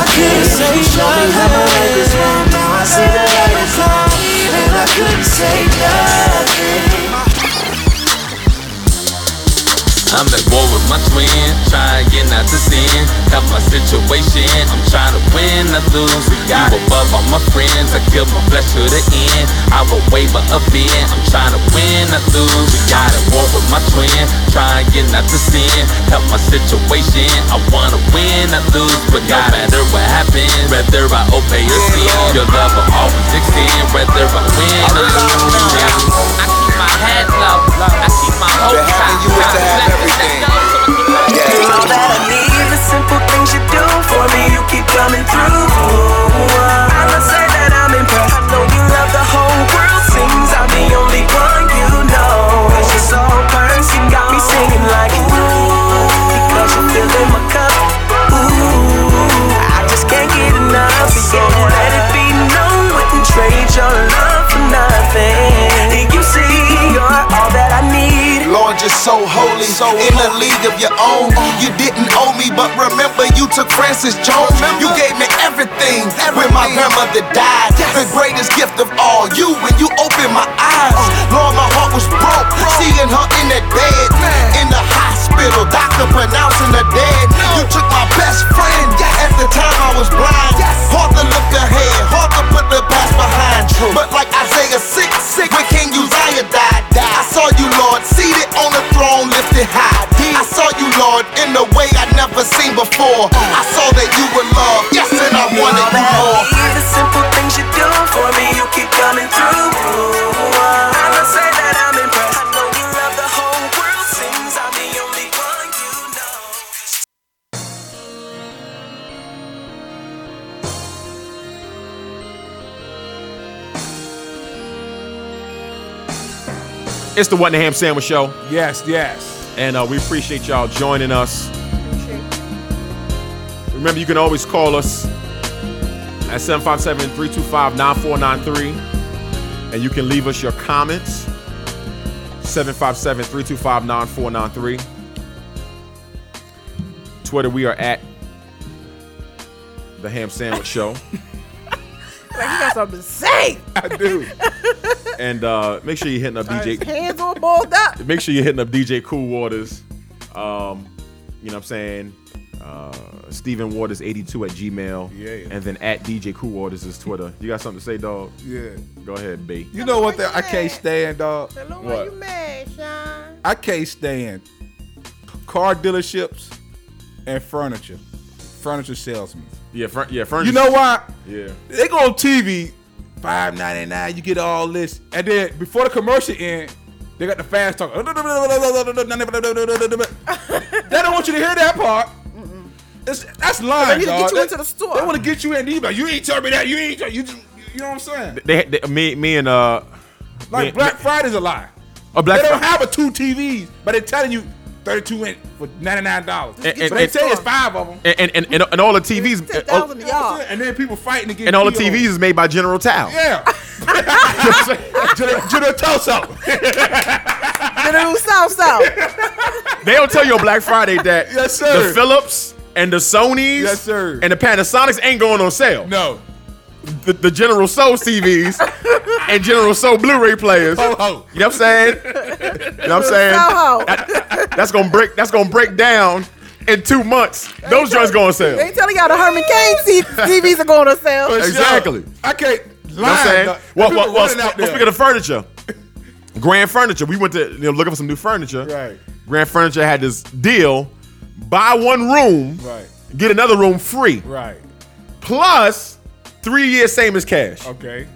I couldn't say no. Show me how my life is wrong. Now I see the light is on, and I couldn't say nothing.
I'm at war with my twin, trying not to sin. Got my situation, I'm trying to win, not lose. You above all my friends, I give my flesh to the end. I will waver a bit, I'm trying to win, not lose. We got at war with my twin, trying not to sin. Got my situation, I wanna win, not lose. But no matter what happens, whether I obey or sin, your love will always extend. Whether I win or lose, I keep my head low, I keep my hope high.
Do all that I need, the simple things you do for me, you keep coming through. I must say that I'm impressed. I know you love the whole world, seems I'm the only one you know. Cause you're so person got me singing like ooh, because you fill in my cup. Ooh, I just can't get enough. So let it be known, wouldn't trade your love for nothing. You see, you're all that I need.
Lord, you're so holy, in a league of your own. You didn't owe me, but remember you took Francis Jones. You gave me everything, when my grandmother died. The greatest gift of all, you when you opened my eyes.
Oh.
Lord, my heart was broke, seeing her in that bed. In the hospital, doctor pronouncing her dead. You took my best friend, at the time I was blind. Hard to look ahead, hard to put the past behind. But like Isaiah 6, 6 when King Uzziah died, I saw you, Lord, seated on the throne, lifted high. I saw you, Lord, in a way I never seen before. I saw that you were love, yes, and I
Do all
wanted you
that I
more.
need, the simple things you do for me, you keep coming through. I must say that I'm impressed. I know you love the whole world, seems I'm the only one you
It's the What in the Ham Sandwich Show.
[laughs] Yes, yes.
And uh, we appreciate y'all joining us. Remember, you can always call us at 757 325 9493. And you can leave us your comments 757 325 9493. Twitter, we are at The Ham Sandwich Show.
Like you got something to say.
I do.
[laughs] and uh, make sure you're hitting up DJ.
Hands all balled
[laughs]
up.
make sure you're hitting up DJ Cool Waters. Um, you know what I'm saying? Uh, Steven Waters 82 at Gmail.
Yeah, yeah.
And then at DJ Cool Waters is Twitter. You got something to say, dog?
Yeah.
Go ahead, B.
You know what? The, I can't stand, dog.
What?
I can't stand car dealerships and furniture, furniture salesmen.
Yeah, fr- yeah, furniture.
You know why?
Yeah.
They go on TV, five ninety nine. You get all this, and then before the commercial end, they got the fast talk.
[laughs]
they don't want you to hear that part. It's, that's lying.
They need to get
dog.
you into the store.
They want to get you in. You like, you ain't tell me that. You ain't. Tell, you, just- you know what I'm saying?
They, they me, me and uh,
Like
me-
Black Friday's a lie.
Oh, Black
they don't
Fri-
have a two TVs, but they're telling you 32 inch for $99.
And- and-
but they
and-
tell you it's five of them.
and, and, and, and, and all the TVs, and all,
And then people fighting to get
and all the
PO.
TVs is made by General Tao.
Yeah. [laughs] General Toso.
General South South.
They don't tell you on Black Friday that
[laughs] Yes, sir.
the Philips and the Sonys
Yes, sir.
and the Panasonics ain't going on sale.
No.
The, the General Soul CVs and General Soul Blu-ray players.
Ho, ho.
You know what I'm saying? You know what I'm saying?
Soho.
That- that's gonna break that's gonna break down in two months. Those joints going on sale.
They telling y'all the Herman Cain C- TVs are going to sell.
For sure.
Exactly.
I can't
You know what I'm
lie.
saying?
dog.
Well,
People
well, well,
running
well,
out there.
speaking of furniture, Grand Furniture, we went to you know looking for some new furniture.
Right.
Grand Furniture had this deal: buy one room,
Right.
get another room free,
Right.
plus three years same as cash.
Okay.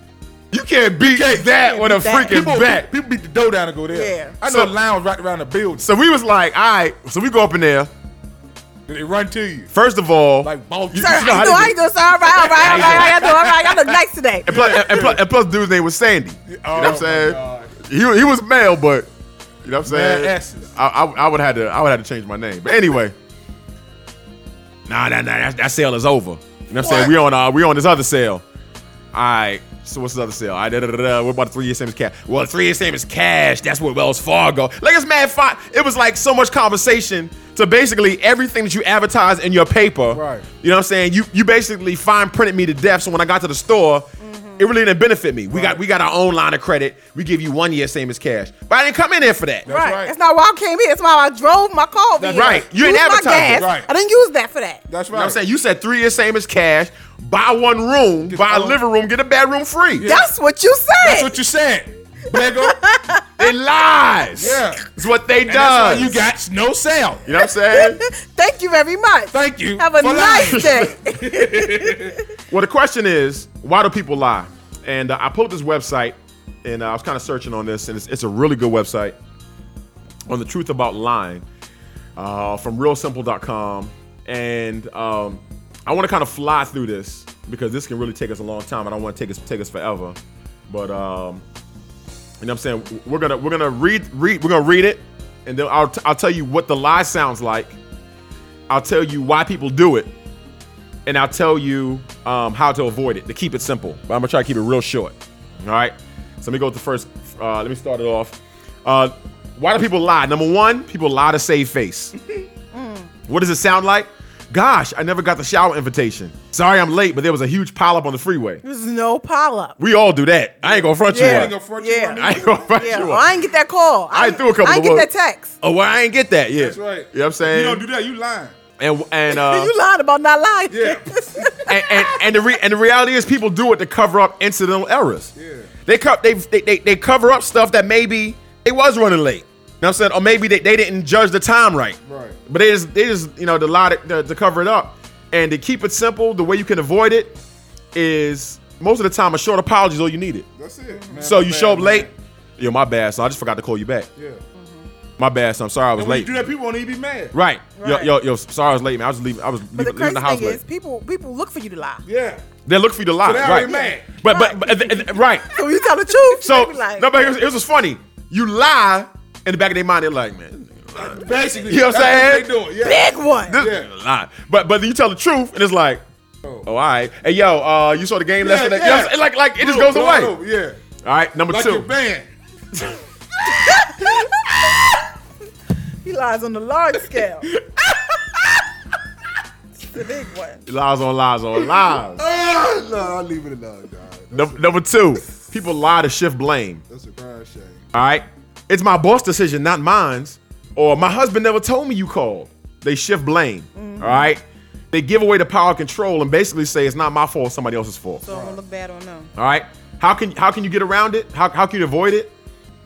You can't beat that with a freaking
people,
bet.
People beat the dough down to go there.
Yeah.
I
So-
know a lounge right around the building.
So we was like, all right. So we go up in there.
They run to you.
First of all,
Like, ball
you-
Sir,
you know
how
how they
you doing? How
do.
you doing? Sir, all right, all right, all right, all right. How you doing? All right, I look nice today.
and plus, and, plus, and plus dude's name was Sandy. You know
Oh,
what I'm saying? He, he was male, but you know what I'm
Man,
saying?
asses.
I, I, I would have to I would have to change my name. But anyway. Nah, nah, nah. That, that sale is over. You know what I'm saying?
What?
We on uh, we on this other sale. All right. So what's the other sale? All right, da, da, da, da. What about the three year same as cash? Well, the three year same as cash. That's what Wells Fargo. Like it's mad fine. It was like so much conversation to basically everything that you advertise in your paper. Right. You know what I'm saying? You you basically fine printed me to death. So when I got to the store, it really didn't benefit me. We got we got our own line of credit. We give you one year same as cash. But I didn't come in there for that.
right. That's not why I came here. That's why I drove my car. over
That's
here.
right. You didn't
Used my
advertise it.
gas.
Right.
I didn't use that for that.
That's right. You know what I'm saying? You said three years same as cash. Buy one room, buy a living room, get a bedroom free.
That's what you said.
That's what you said. Nigga. they lies.
Yeah.
It's what they
And
does.
that's why you got no sale.
You know what I'm saying?
[laughs] Thank you very much.
Thank you.
Have a
for
nice
life.
day.
[laughs] Well, the question is, why do people lie? And uh, I pulled up this website, and uh, I was kind of searching on this, and it's, it's a really good website on the truth about lying uh, from realsimple.com. And um, I want to kind of fly through this because this can really take us a long time. I don't want to take us take us forever, but um, you know what I'm saying we're gonna we're gonna read read we're gonna read it, and then I'll t- I'll tell you what the lie sounds like. I'll tell you why people do it and I'll tell you um, how to avoid it to keep it simple. But I'm gonna try to keep it real short. All right. So let me go with the first. Uh, let me start it off. Uh, why do people lie? Number one, people lie to save face. What does it sound like? Gosh, I never got the shower invitation. Sorry, I'm late, but there was a huge pileup on the freeway.
There's no pileup.
We all do that. I ain't gonna front you. up.
yeah.
I ain't gonna front
Yeah.
you.
Well,
up.
I ain't get that call.
I threw a couple
I ain't
of
get
words.
that text.
Oh, well, I ain't get that. Yeah.
That's right.
You know what I'm saying?
You don't do that. You lying.
and
[laughs]
and uh,
[laughs] you lied about not lying.
Yeah.
and, and, and the re- and the reality is people do it to cover up incidental errors. They, co- they, they they they cover up stuff that maybe they was running late. You know what I'm saying? Or maybe they, they didn't judge the time right. Right. But they just they just you know the lot to, to, to cover it up and to keep it simple. The way you can avoid it is most of the time a short apology is all you needed.
That's it.
so you show up late. Yo, my bad. So I just forgot to call you back.
Yeah.
My bad. So I'm sorry I was
And when you
late.
do that, people won't even be mad.
Right. Yo, yo, yo. Sorry I was late, man. I was leaving. I was
But the
leaving, leaving
crazy
the house
thing
late.
is, people people [laughs] look for you to lie.
Yeah.
They look for you to lie,
So they already
right?
mad.
But but, but and- and- right.
So you tell the truth.
So
they be like-
no, but it was, it was just funny. You lie in the back of their mind. They're like, man,
Basically.
you know what I'm saying?
That's what they doing. Yeah.
This
Yeah.
nigga lie. But but then you tell the truth, and it's like, oh, all right. Hey yo, uh, you saw the game
Yeah,
yesterday. You
yeah.
know what I'm saying? like like it just
Blow,
goes
blow
away.
it over, Yeah.
All right, number
Like your
two.
band.
[laughs] he lies on the large scale. it's the big one.
Lies on lies on lies.
Ah, no, I'll leave it alone, dog.
Num- number two, people lie to shift blame.
That's a crime shame.
All right. It's my boss' decision, not mine's. Or my husband never told me you called. They shift blame.
Mm-hmm.
all right. They give away the power of control and basically say it's not my fault, somebody else's fault.
[laughs] So I'm gonna look bad on them.
All right. How can how can you get around it? How, how can you avoid it?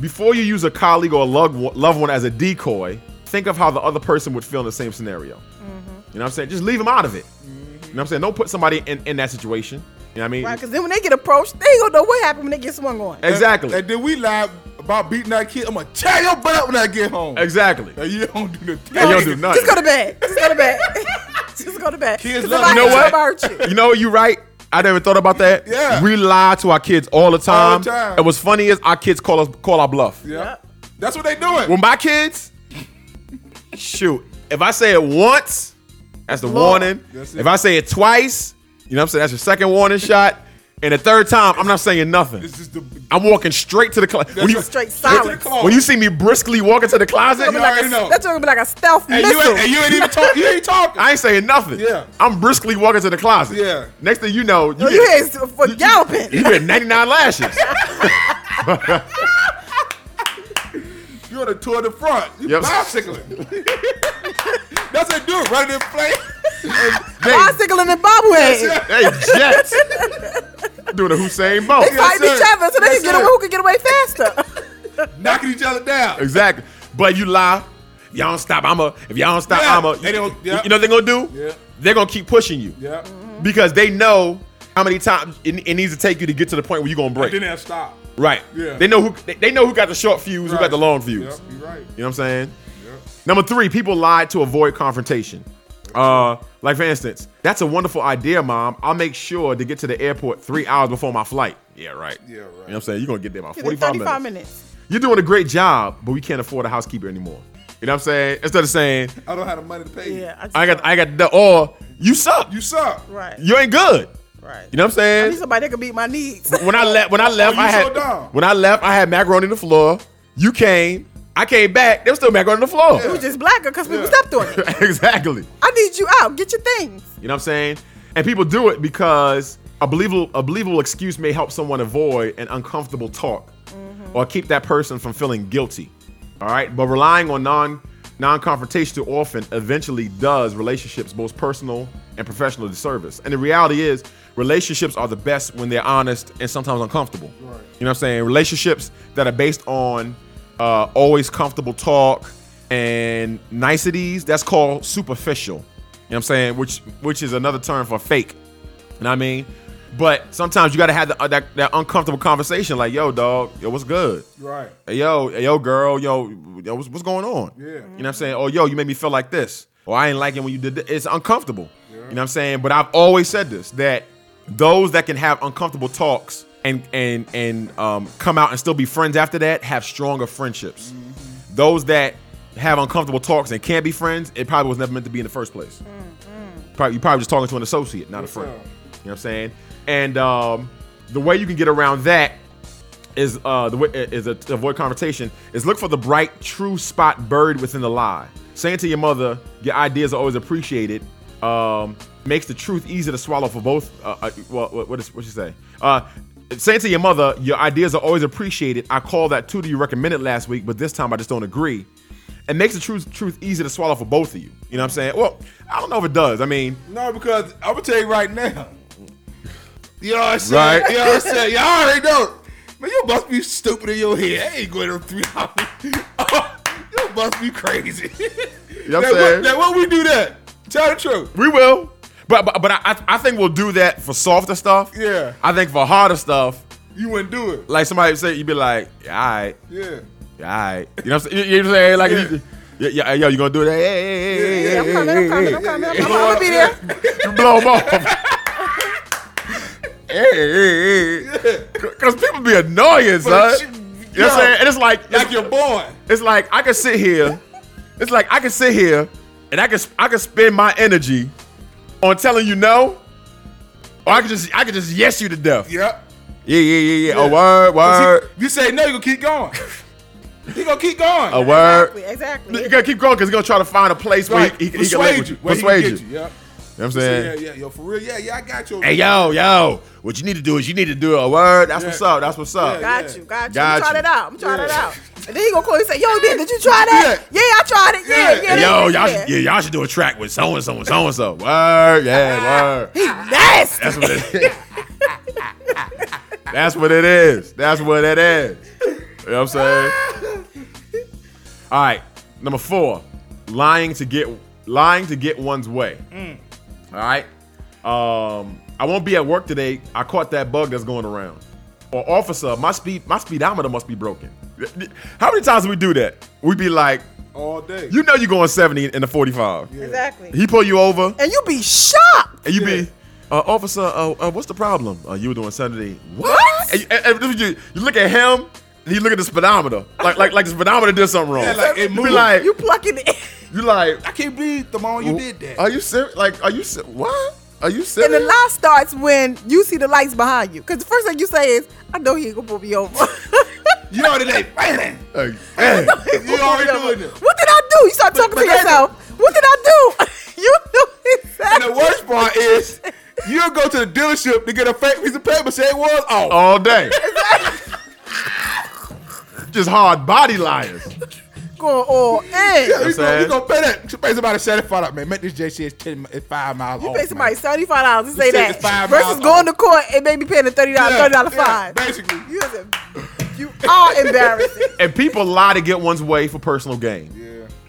Before you use a colleague or a loved one- loved one as a decoy, think of how the other person would feel in the same scenario.
Mm-hmm.
You know what I'm saying? Just leave them out of it. You know what I'm saying? Don't put somebody in, in that situation. You know what I mean?
Right, because then when they get approached, they don't know what happened when they get swung on.
Exactly.
And then we lied about beating that kid. I'm gonna tear your butt up when I get home.
Exactly.
And you don't do the thing.
And you don't do nothing.
Just go to bed. Just go to bed. [laughs] Just go to bed. Kids
love
you know
About you.
what? You know what? You right. I never thought about that.
Yeah.
We lie to our kids all the time.
All the time.
And what's funny is our kids call us call our bluff.
Yeah. That's what they doing.
With my kids, shoot. If I say it once, that's the
Law.
warning.
That's it.
If I say it twice, you know what I'm saying? That's your second warning shot. And the third time, I'm not saying nothing. I'm walking straight to the closet. When
That's
you,
a straight silence.
when you see me briskly walking to the closet,
That's gonna be like a- That's gonna be like a stealth
And you ain't-
missile.
and you ain't even talk- you ain't talking.
I ain't saying nothing.
Yeah.
I'm briskly walking to the closet.
Yeah.
Next thing you know,
You, you is for galloping.
you get 99
[laughs]
lashes.
You on the tour de front. You
Yep.
bicycling. [laughs] That's what they do. Running in play.
[laughs]
[laughs]
Bicycling and bobblehead.
Hey,
[laughs]
Jets. Doing a Hussein Bolt.
They fighting each other so they can
Yes,
get
sir.
away. Who can get away faster?
Knocking each other down.
Exactly. But you lie. Y'all don't stop. I'm a. If y'all don't stop,
Yeah.
I'm a.
They don't-
you,
yeah.
you know what they're gonna do?
Yeah.
They're gonna keep pushing you
Yeah.
because they know how many times it, it needs to take you to get to the point where you're gonna break.
Then they'll stop.
Right.
Yeah.
They know who. They, they know who got the short fuse. Who got
Right.
the long fuse.
Yep, you right.
You know what I'm saying? Number three, people lied to avoid confrontation. Uh, like for instance, that's a wonderful idea, mom. I'll make sure to get to the airport three hours before my flight. Yeah, right. Yeah, right. You know what I'm saying? You're gonna get there about
Give it
45 minutes.
35 minutes.
You're doing a great job, but we can't afford a housekeeper anymore. You know what I'm saying? Instead of saying,
I don't have the money to pay you.
Yeah.
I got I got the or you suck.
You suck.
Right.
You ain't good.
Right.
You know what I'm saying?
I need somebody that can meet my needs.
when I left, when
Oh,
I left, I had when I left, I had macaroni on the floor. You came, I came back. There was still macaroni on the floor.
It was just blacker because people stepped on
[laughs]
it.
exactly.
I need you out. Get your things.
You know what I'm saying? And people do it because a believable, a believable excuse may help someone avoid an uncomfortable talk or keep that person from feeling guilty. All right. But relying on non non-confrontation too often eventually does relationships both personal and professional disservice. And the reality is relationships are the best when they're honest and sometimes uncomfortable. You know what I'm saying? Relationships that are based on uh, always comfortable talk and niceties, that's called superficial. You know what I'm saying? Which which is another term for fake. You know what I mean? But sometimes you gotta have the, uh, that, that uncomfortable conversation, like, "Yo, dog, yo, what's good?
Right.
Hey, yo, hey, yo, girl, yo, yo, what's, what's going on?
Yeah.
You know what I'm saying? Oh, yo, you made me feel like this. Or I ain't liking when you did this. It's uncomfortable. You know what I'm saying? But I've always said this that those that can have uncomfortable talks and and and um, come out and still be friends after that have stronger friendships. Those that have uncomfortable talks and can't be friends, it probably was never meant to be in the first place. Probably, you're probably just talking to an associate, not a friend. You know what I'm saying? And um, the way you can get around that is uh, the way is a, to avoid confrontation is look for the bright, true spot buried within the lie. Saying to your mother, your ideas are always appreciated. Um, makes the truth easy to swallow for both. Uh, uh, well, what what is what you say? Uh, saying to your mother, your ideas are always appreciated. I call that tutor you recommended last week, but this time I just don't agree. It makes the truth truth easy to swallow for both of you. You know what I'm saying? Well, I don't know if it does. I mean,
No, because I'm gonna tell you right now. You know what I'm saying?
Right.
You know what I'm saying? Y'all already know. Man, you must be stupid in your head. I ain't going to three hours. [laughs] you must be crazy. [laughs]
You know what
Now,
I'm saying?
what- now, what we do that? Tell the truth.
We will. But but, but I, I I think we'll do that for softer stuff.
Yeah.
I think for harder stuff,
You wouldn't do it.
like somebody say, you'd be like, yeah, all right,
Yeah.
yeah, all right. You know what I'm saying? You, you know what I'm saying? Like, you- yeah. yeah, yo, you gonna do that? Hey, hey, hey, hey,
Yeah, I'm
hey,
coming.
hey,
I'm
hey,
coming. I'm
hey.
coming. I'm coming. I'm gonna be there.
You blow them [laughs] off. hey, hey, hey. Because people be annoying, son.
you-
You know what I'm
yo,
saying? And it's like,
Like
it's-
you're born.
it's like I can sit here. It's like I can sit here and I can I can spend my energy on telling you no, or I can just I can just yes you to death. Yeah,
Yep.
yeah, yeah, yeah. A word, word,
If you say no, you gonna
[laughs]
keep going. He gonna keep going.
a word.
Exactly.
You gotta keep going because he's gonna try to find a place where
Right.
he, he, he can
persuade
language
you.
you.
Where he
Persuade
can
you.
get
You know
Yep.
what I'm
So,
saying?
yeah, yeah, yo, for real, yeah, yeah, I got you. over
Hey,
there.
yo, yo. What you need to do is you need to do a word. That's what's up. That's what's up.
Got you, got you.
Got
I'm trying
you.
it out. I'm trying it out. And then you gonna call and say, "Yo, man, did you try that? Yeah, I tried it. Yeah, yeah.
Hey,
that-
yo, y'all
yeah.
should, yeah, y'all should do a track with so and so and so and so. Word, yeah, word.
[laughs] He nasty.
That's what it is. That's what it is. That's what it is. You know what I'm saying? All right. Number four, lying to get lying to get one's way. All right. Um, I won't be at work today. I caught that bug that's going around. Or officer, my speed my speedometer must be broken. How many times do we do that? We be like,
All day.
you know you're going 70 in the 45.
Exactly.
[laughs] He pull you over.
And you be shocked.
And you be, uh, officer, uh, uh, what's the problem? Uh, you were doing Saturday. What?
What?
And you, and- and you, you look at him, and you look at the speedometer. Like, like, like the speedometer did something wrong.
Yeah, like, it
you be
moved.
like,
You plucking it
you like,
I can't believe the moment you did that.
are you serious? Like, are you ser- what? Are you
and the
serious?
lie starts when you see the lights behind you. Because the first thing you say is, "I know he ain't gonna pull me over."
You already like, man,
Like,
[laughs]
eh.
you already doing it.
what did I do? You start talking to yourself. [laughs] What did I do? you know
And
exactly.
the worst part is, you'll go to the dealership to get a fake piece of paper, say it was off.
All day. Just hard body liars. You know
going on. Hey,
Yeah,
I'm
you gonna, you
saying?
gonna pay that? You pay somebody seventy five up, man. Make this JC is ten, is five miles.
you
off,
pay
man.
somebody seventy five dollars to say
You take
that
the five
versus
miles
going to court and maybe paying a thirty dollar
Yeah,
thirty dollar
yeah,
fine.
Basically,
You is a- [laughs] you are embarrassing.
and people lie to get one's way for personal gain.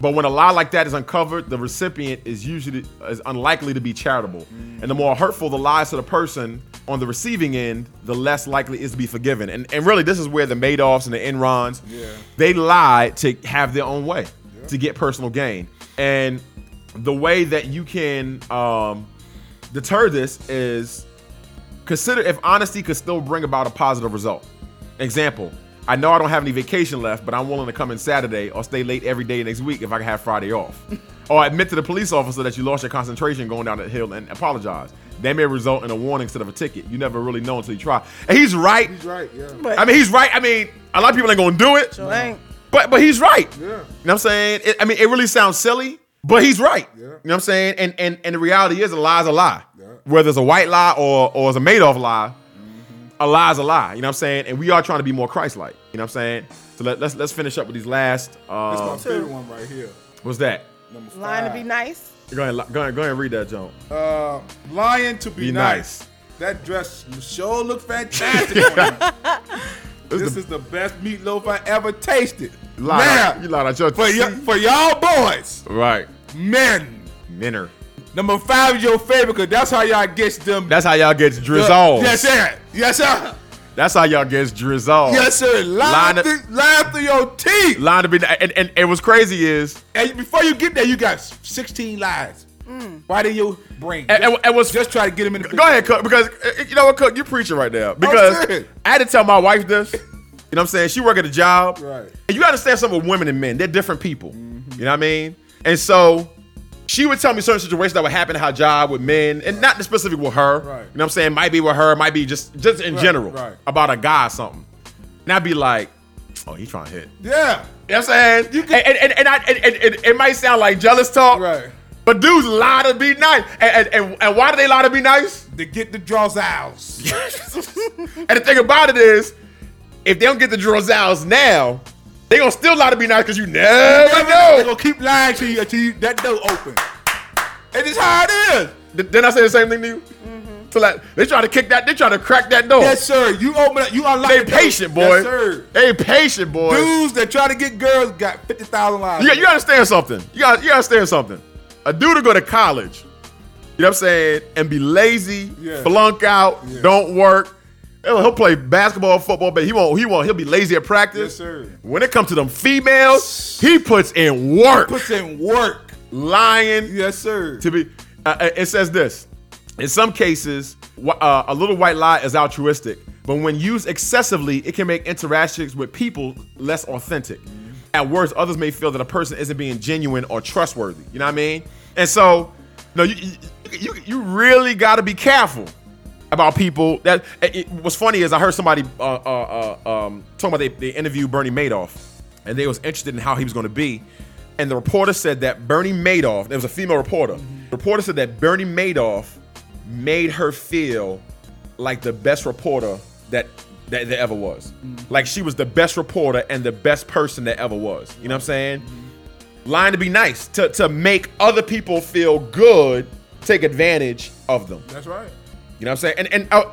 But when a lie like that is uncovered, the recipient is usually is unlikely to be charitable. And the more hurtful the lies to the person on the receiving end, the less likely it is to be forgiven. And and really, this is where the Madoffs and the Enrons,
Yeah.
they lied to have their own way to get personal gain. And the way that you can um, deter this is Consider if honesty could still bring about a positive result. Example, I know I don't have any vacation left, but I'm willing to come in Saturday or stay late every day next week if
[laughs]
I can have Friday off. or admit to the police officer that you lost your concentration going down the hill and apologize. That may result in a warning instead of a ticket. You never really know until you try. And he's right.
He's right, yeah.
I mean, he's right. I mean, a lot of people ain't gonna do it.
Sure ain't.
But but he's right.
Yeah.
You know what I'm saying? It, I mean, it really sounds silly, but he's right. You know what I'm saying? And and and the reality is, a lie's a lie. Whether it's a white lie or or it's a Madoff lie, a lie's a lie. You know what I'm saying? And we are trying to be more Christ-like. You know what I'm saying? So let, let's let's finish up with these last.
This my
Uh,
favorite one right here.
what's that?
Number five.
Lying to be nice.
Go ahead, li- go ahead, go ahead and read that, John.
Uh, lying to be,
Be
nice.
nice.
That dress sure looked fantastic on her.
[laughs]
This, is the best meatloaf I ever tasted.
You lied
Now,
out- you lied out your
for, y- for y'all boys,
Right,
men,
Minner.
Number five is your favorite because that's how y'all gets them.
That's how y'all gets drizzled.
Yes, sir.
Yes, sir.
That's how y'all gets drizzled.
Yes, sir. Line,
Line up-
through, line through your teeth.
Line to be, and, and, and what's crazy is
And before you get there, you got 16 lies. Right in your brain.
And, and, and what's
just try to get him in. The
go ahead, Cook, because uh, you know what, Cook, you're preaching right now. Because
serious.
I had to tell my wife this. You know what I'm saying? She work at a job,
Right. Mm-hmm.
and you gotta understand something with women and men. They're different people. You know what I mean? And so she would tell me certain situations that would happen at her job with men, and not specific with her.
Right.
You know what I'm saying? Might be with her, might be just just in
Right,
general
right.
about a guy or something. And I'd be like, oh, he trying to hit.
Yeah.
You know what I'm saying? and, and, and, I, and, and, and it might sound like jealous talk.
Right.
But dudes lie to be nice. And, and, and, and why do they lie to be nice?
To get the draws out.
[laughs] and the thing about it is, if they don't get the draws out now, they gonna still lie to be nice because you never know.
They gonna keep lying to you until you, that door open. It is how it is.
Th- Didn't I say the same thing to you? So like they try to kick that, they try to crack that door.
Yes, sir. You open up. You unlock.
They
the door.
patient, boy.
Yes, sir.
They patient, boy.
Dudes that try to get girls got fifty thousand lives.
You, you understand something. You got you understand something. A dude to go to college, you know what I'm saying, and be lazy,
Yeah.
flunk out, don't work. He'll, he'll play basketball, football, but he won't. He won't. He'll be lazy at practice.
Yes, sir.
When it comes to them females, he puts in work.
Puts in work.
Lying.
Yes, sir.
To be, uh, uh, it says this. In some cases, wh- uh, a little white lie is altruistic, but when used excessively, it can make interactions with people less authentic. At worst, others may feel that a person isn't being genuine or trustworthy. You know what I mean? And so, no, you you, you- you really got to be careful about people. That eh, it, it- what's funny is I heard somebody uh, uh, uh, um, talking about they, they interviewed Bernie Madoff, and they was interested in how he was going to be. And the reporter said that Bernie Madoff, there was a female reporter. The reporter said that Bernie Madoff made her feel like the best reporter that that there ever was. Like she was the best reporter and the best person that ever was. You know what I'm saying? Lying to be nice, to to make other people feel good, take advantage of them.
That's right.
You know what I'm saying? And and uh,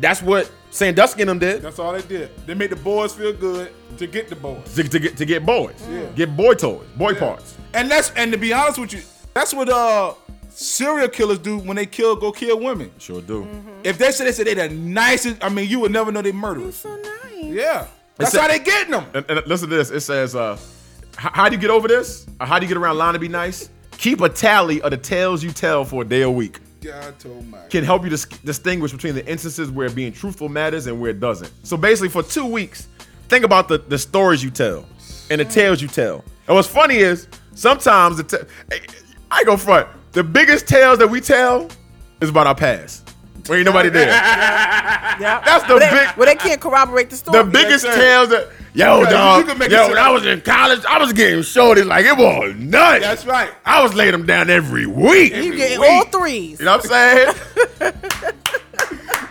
that's what Sandusky and them did
That's all they did. They made the boys feel good to get the boys.
to, to get to get boys,
Yeah.
get boy toys, boy parts.
And that's and to be honest with you, that's what uh serial killers do when they kill go kill women. Mm-hmm.
Sure do.
If they say they say they the nicest, I mean you would never know they murderers.
so nice.
Mm-hmm. Yeah.
It's
That's
a-
how they getting them.
And, and listen to this. It says, uh, h- "How do you get over this? Or how do you get around lying to be nice? Keep a tally of the tales you tell for a day a week.
God told my
Can help you dis- distinguish between the instances where being truthful matters and where it doesn't. So basically, for two weeks, think about the the stories you tell and the tales you tell. And what's funny is sometimes the t- I go front. The biggest tales that we tell is about our past. Where ain't nobody there.
[laughs]
Yeah.
That's the
Well, they-
big-
Well, they can't corroborate the story.
The biggest tales that yo
Yeah, you
dog,
can make
yo,
it
when I was in college, I was getting shorty like it was nuts.
That's right.
I was laying them down every week.
You getting
week.
all threes.
You know what I'm
[laughs]
saying?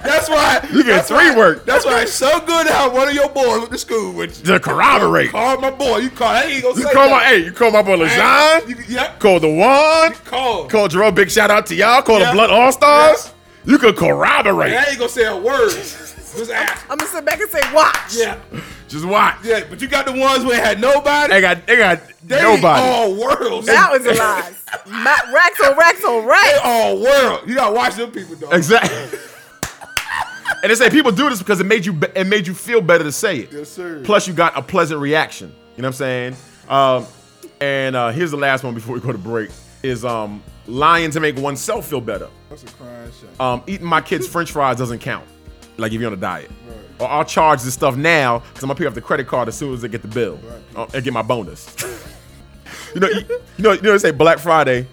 That's why
You get
that's
three
why-
work.
That's why it's so good to have one of your boys with the school with you.
To corroborate.
Call my boy. You call. Hey, you gonna
You
say
call my
that.
hey, you call my boy LaJean,
You- Yep.
call the one,
Call.
call Jerome. Big shout out to y'all. Call
Yeah.
the Blood All Stars. You could corroborate.
I ain't gonna say a word. Just ask.
I'm gonna sit back and say, watch.
Yeah.
Just watch.
Yeah. But you got the ones who ain't had nobody.
They got they got
They
nobody.
all worlds.
That was a lie. Ma- racks on racks on
They
racks.
all world. You gotta watch them people, dog.
Exactly. [laughs] and they say people do this because it made you be- it made you feel better to say it.
Yes, sir.
Plus, you got a pleasant reaction. You know what I'm saying? Um, and uh, here's the last one before we go to break: is um, lying to make oneself feel better.
That's a crying shame.
Um, eating my kids' French fries doesn't count. Like if you're on a diet, or I'll charge this stuff now because I'm gonna pick up the credit card as soon as I get the bill uh, and get my bonus. [laughs] you know, you, you know, you know. They say Black Friday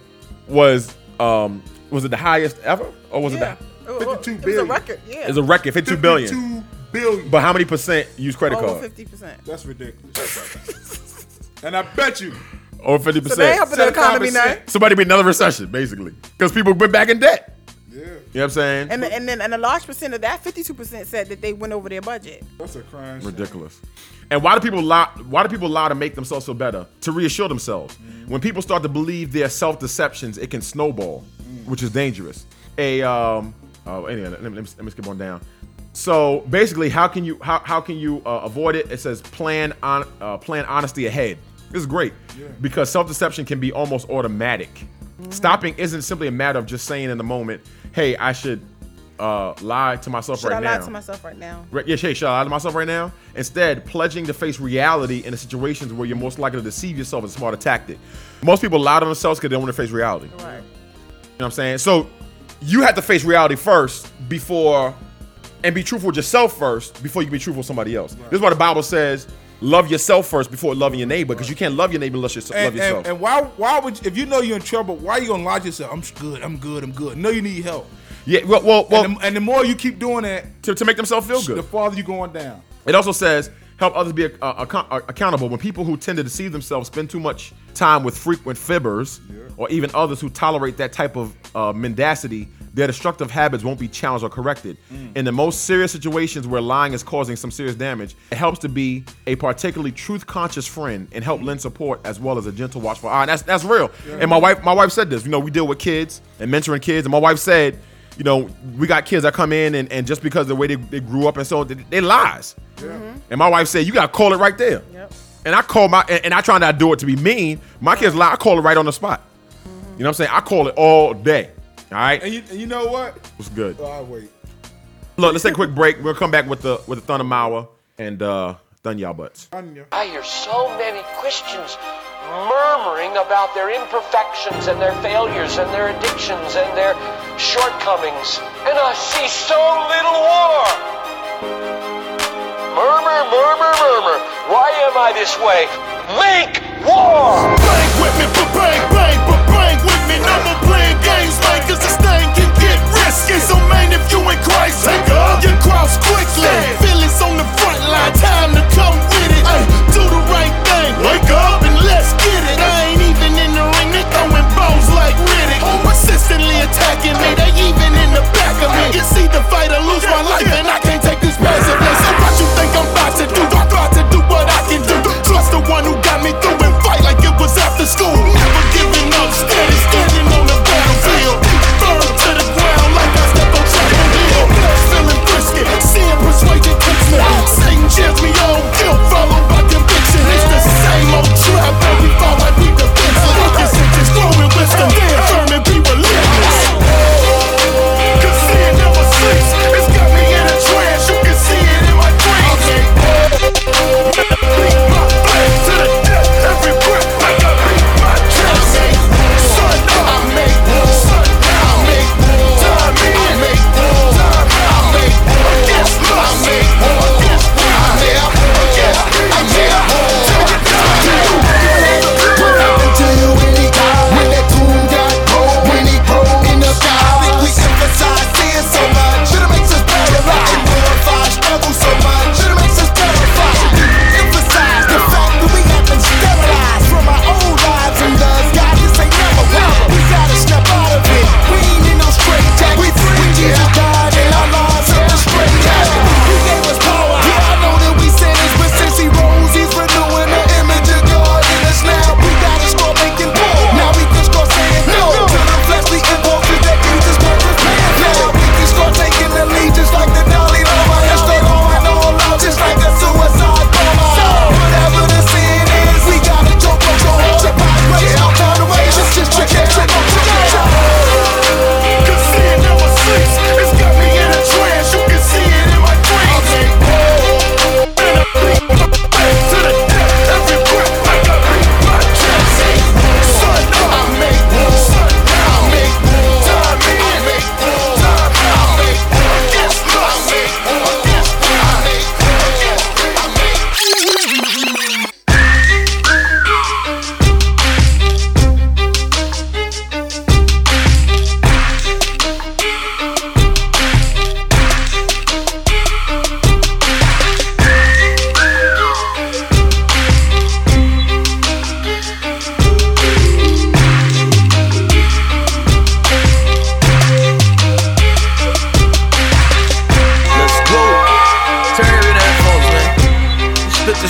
was um, was it the highest ever, or was it
Fifty-two billion. It was a record. Yeah.
the? It's a record, fifty-two billion.
52 billion.
But how many percent use credit
Over
card?
fifty percent.
That's ridiculous. [laughs] and I bet you.
Over fifty
So they
percent.
helping the economy now.
75%.
Somebody be another recession, basically, because people went back in debt. Yeah. You know what I'm saying?
And and then and a large percent of that, fifty two percent, said that they went over their budget.
That's a crime.
Ridiculous. And why do people lie? Why do people lie to make themselves feel better? To reassure themselves.
Mm-hmm.
When people start to believe their self deceptions, it can snowball,
Mm.
which is dangerous. A um. Oh, anyway, let me, let me, let me skip on down. So basically, how can you how, how can you uh, avoid it? It says plan on uh, plan honesty ahead. This is great because self deception can be almost automatic.
Mm-hmm.
Stopping isn't simply a matter of just saying in the moment, "Hey, I should uh, lie to myself
Should
right
I
now."
lie to myself right now?
Right, yeah, shit, should I lie to myself right now? Instead, pledging to face reality in the situations where you're most likely to deceive yourself is a smarter tactic. Most people lie to themselves because they don't want to face reality.
Right. You know
what I'm saying? So you have to face reality first before, and be truthful with yourself first before you can be truthful with somebody else. This is why the Bible says, love yourself first before loving your neighbor because you can't love your neighbor unless you love
And,
yourself.
and, and why why would you, if you know you're in trouble, why you gonna lie to yourself? I'm good. I'm good. I'm good. No, you need help.
yeah, well, well, well
and, the, and the more you keep doing that
to, to make themselves feel good,
the farther you going down.
It also says help others be uh, account- uh, accountable. When people who tend to deceive themselves spend too much time with frequent fibbers, or even others who tolerate that type of uh, mendacity, their destructive habits won't be challenged or corrected.
Mm.
In the most serious situations where lying is causing some serious damage, it helps to be a particularly truth-conscious friend and help lend support as well as a gentle watchful eye. And that's that's real.
Yeah.
And my wife, my wife said this. You know, we deal with kids and mentoring kids, and my wife said. You know, we got kids that come in, and, and just because of the way they, they grew up and so on, they, they lies.
Mm-hmm.
And my wife said, "You gotta call it right there." And I call my and, and I try not to do it to be mean. My kids lie. I call it right on the spot. You know what I'm saying? I call it all day. All right,
Mm-hmm. And you, and you know what?
what's good?
Oh, I wait.
Look, let's take a quick break. We'll come back with the with the thunder Mawa and uh, thun y'all butts.
I hear so many Christians murmuring about their imperfections and their failures and their addictions and their shortcomings. And I see so little war. Murmur, murmur, murmur. Why am I this way? Make war!
Bang with me, but bang, bang, but bang with me. No more playing games, man, cause this thing can get risky. So, man, if you ain't Christ, take up your cross quickly. Feelings on the front line, time to come with it. Ay, do the right thing, wake up and let's get it. I ain't even in the ring, they throwing bones like Riddick. Persistently attacking me, they even in the back of me. It's either fight or lose my life, and I can't take this passively. So, what you think I'm about to do? I'm about to do what I can do. Trust the one who got me through and fight like it was after school. Never giving up, steady standing on the battlefield. Firm to the ground like I step on Chapel Hill. Feeling thirsty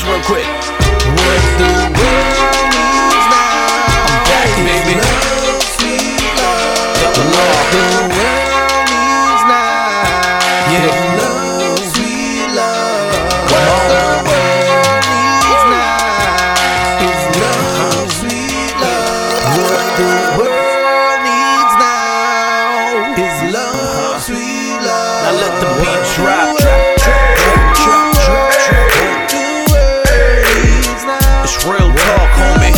real quick. What the world needs now. I'm back, baby. Love, sweet love. What the world needs now. Yeah, love, sweet love. What the world needs now is love, sweet love. What the world needs now is love, sweet love. Now let the beat drop. It's real talk, homie.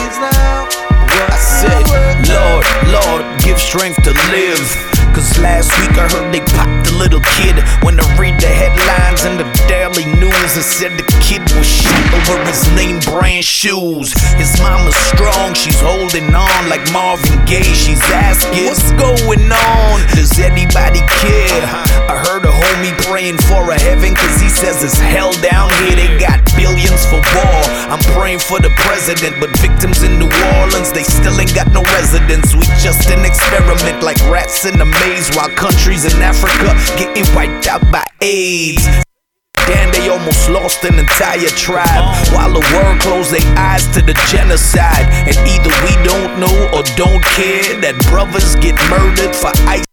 I said, Lord, Lord, give strength to live. Cause last week I heard they popped a little kid. When I read the headlines in the daily news, it said the kid was shot over his name brand shoes. His mama's strong, she's holding on like Marvin Gaye. She's asking, What's going on? Does anybody care? I heard a homie praying for a heaven, cause he says it's hell down here. They got billions for war. I'm praying for the president, but victims in New Orleans, they still ain't got no residence. We just an experiment like rats in a maze, while countries in Africa getting wiped out by AIDS. Damn, they almost lost an entire tribe. While the world closed their eyes to the genocide. And either we don't know or don't care that brothers get murdered for ice.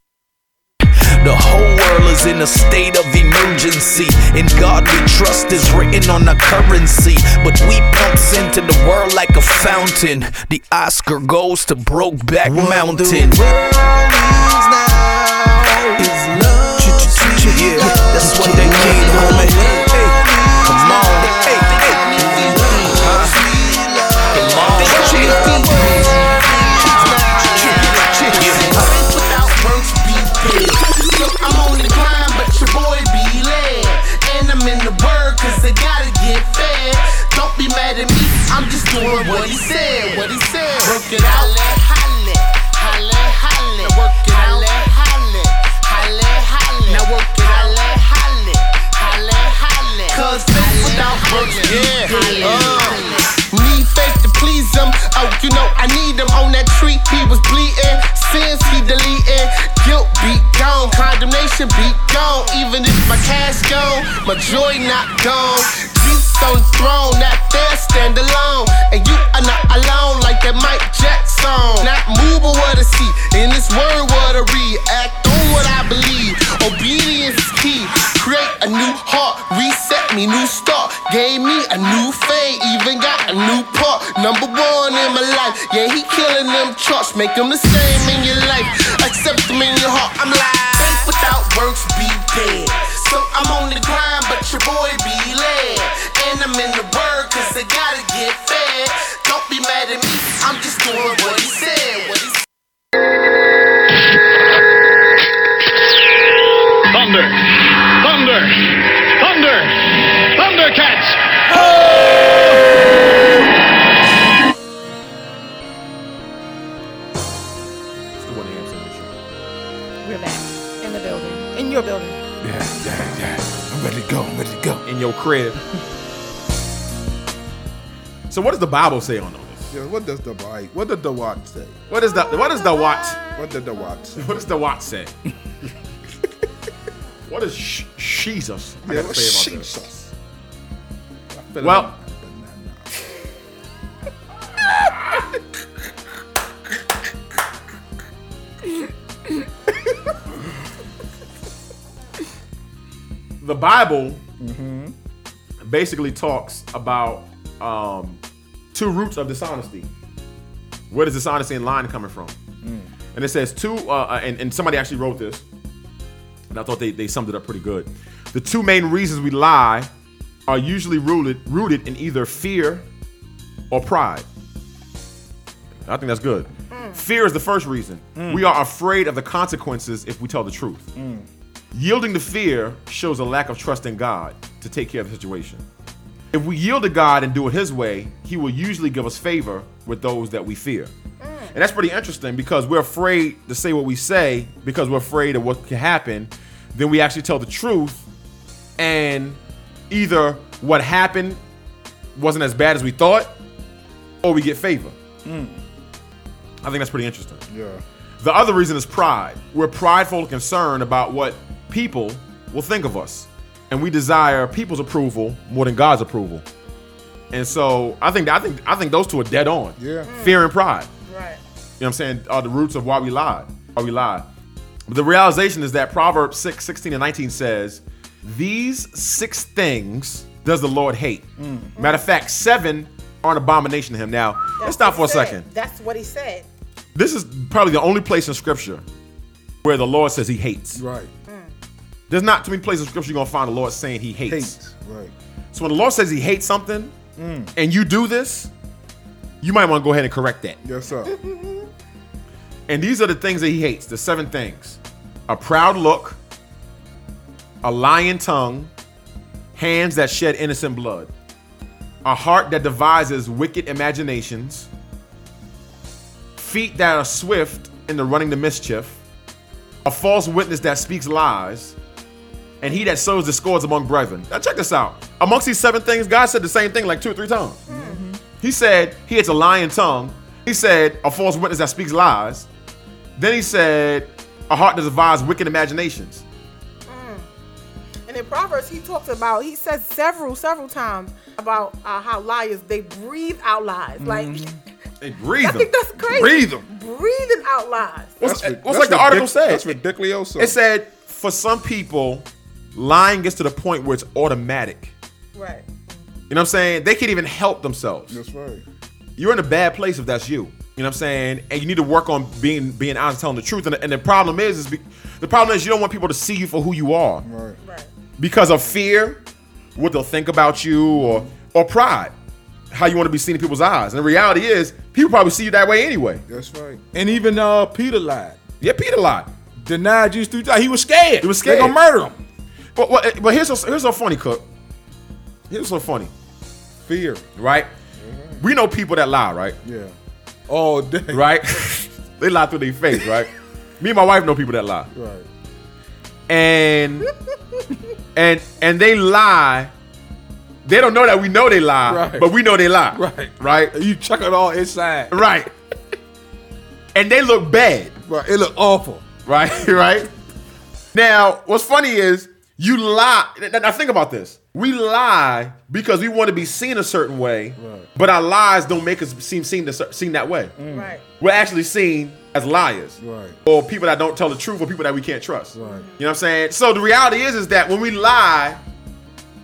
The whole world is in a state of emergency. In God we trust is written on our currency. But we pumps into the world like a fountain. The Oscar goes to Brokeback Mountain. Yeah, that's what they need, homie. Hey, come on. Hey, hey. Come on, Yeah.
I'm on the grind, but your boy be led. And I'm in the word, cause I gotta get fed. Don't be mad at me, I'm just doing what he said, what he said. Work it out. Holla, holla, holla. Now work it out. Holla, holla, holla. Now work it out. Holla, holla, holla. Cause faith without works, yeah. Uh, Need faith to please him. Oh, you know I need him on that tree. He was bleeding, sins he deleting. Guilt be gone, condemnation be gone. Even if my cash gone, my joy not gone. Jesus on the throne, not there, stand alone. And you are not alone like that Mike Jackson. Not move or what to see. In this word, what to read. Act on what I believe. Obedience is key. Create a new heart, reset me, new start. Gave me a new fame, even got a new part. Number one in my life. Yeah, he killing them charts. Make them the same in your life. Accept them in your heart. I'm like, faith without works be dead. So I'm on the grind, but your boy be led. And I'm in the word, cause I gotta get fed. Don't be mad at me, I'm just doing what he said. What he said.
Thunder! Thunder! Thunder! Thundercats!
It's the 1 a.m. sandwich.
We're back in the building, in your building.
Yeah, yeah, yeah. I'm ready to go. I'm ready to go.
In your crib. so what does the Bible say on all this?
Yeah, what does the Bi- what did the Watt say?
What is the what is the what?
What did the Watt say?
What does the what say? [laughs] what is sh- Jesus?
Yeah,
I gotta
what
say about this?
Jesus? I feel
Well-
like
[laughs]
the Bible
Mm-hmm.
basically talks about um, two roots of dishonesty. Where does dishonesty and lying coming from?
Mm.
And it says two, uh, uh, and, and somebody actually wrote this, and I thought they, they summed it up pretty good. The two main reasons we lie are usually rooted rooted in either fear or pride. I think that's good. Fear is the first reason.
Mm.
We are afraid of the consequences if we tell the truth.
Mm.
Yielding to fear shows a lack of trust in God to take care of the situation. If we yield to God and do it His way, He will usually give us favor with those that we fear. And that's pretty interesting because we're afraid to say what we say because we're afraid of what can happen. Then we actually tell the truth, and either what happened wasn't as bad as we thought, or we get favor. I think that's pretty interesting.
Yeah.
The other reason is pride. We're prideful and concerned about what people will think of us. And we desire people's approval more than God's approval. And so I think I think I think those two are dead on.
Yeah.
Fear and pride. You know what I'm saying? Are the roots of why we lied. Why we lied. But the realization is that Proverbs 6, 16 and 19 says, These six things does the Lord hate. Matter of fact, seven are an abomination to him. Now, let's stop for a second.
That's what he said.
This is probably the only place in scripture where the Lord says he hates.
Right.
There's not too many places in scripture you're gonna find the Lord saying he hates.
Right.
So when the Lord says he hates something and you do this, you might want to go ahead and correct that.
Yes, sir.
And these are the things that he hates the seven things a proud look, a lying tongue, hands that shed innocent blood, a heart that devises wicked imaginations, feet that are swift in the running to mischief, a false witness that speaks lies, and he that sows discords among brethren. Now, check this out. Amongst these seven things, God said the same thing like two or three times. He said he hates a lying tongue. He said a false witness that speaks lies. Then he said a heart that devises wicked imaginations.
Mm. And in Proverbs, he talks about, he says several, several times about uh, how liars, they breathe out lies. Like,
They Mm-hmm. breathe
I
them.
think that's crazy.
Breathe them.
Breathing out lies.
What's,
That's
what's
ridic-
like the article
that's
said?
ridiculous.
It said for some people, lying gets to the point where it's automatic.
Right.
You know what I'm saying? They can't even help themselves.
That's right.
You're in a bad place if that's you. You know what I'm saying? And you need to work on being being honest, telling the truth. And the, and the problem is, is be, the problem is you don't want people to see you for who you are.
Right.
because of fear, what they'll think about you, or or pride, how you want to be seen in people's eyes. And the reality is, people probably see you that way anyway.
That's right.
And even uh, Peter lied.
Yeah, Peter lied.
Denied Jesus three times. He was scared.
He was scared.
They gonna murder him.
But but, but here's what's, here's so funny, Cook. Here's so funny.
Fear.
Right.
Mm-hmm.
We know people that lie, right?
Yeah.
All day. Right. [laughs] they lie through their face,
[laughs]
right? Me and my wife know people that lie.
Right.
and and and they lie. They don't know that we know they lie,
Right.
but we know they lie.
Right.
Right.
You chuck it all inside.
Right. and they look bad.
Right. It look awful.
Right. [laughs] right. Now, what's funny is you lie. Now, now think about this. We lie because we want to be seen a certain way, but our lies don't make us seem seen, to, seen that way.
Right.
We're actually seen as liars
Right.
or people that don't tell the truth or people that we can't trust.
Right.
You know what I'm saying? So the reality is is that when we lie,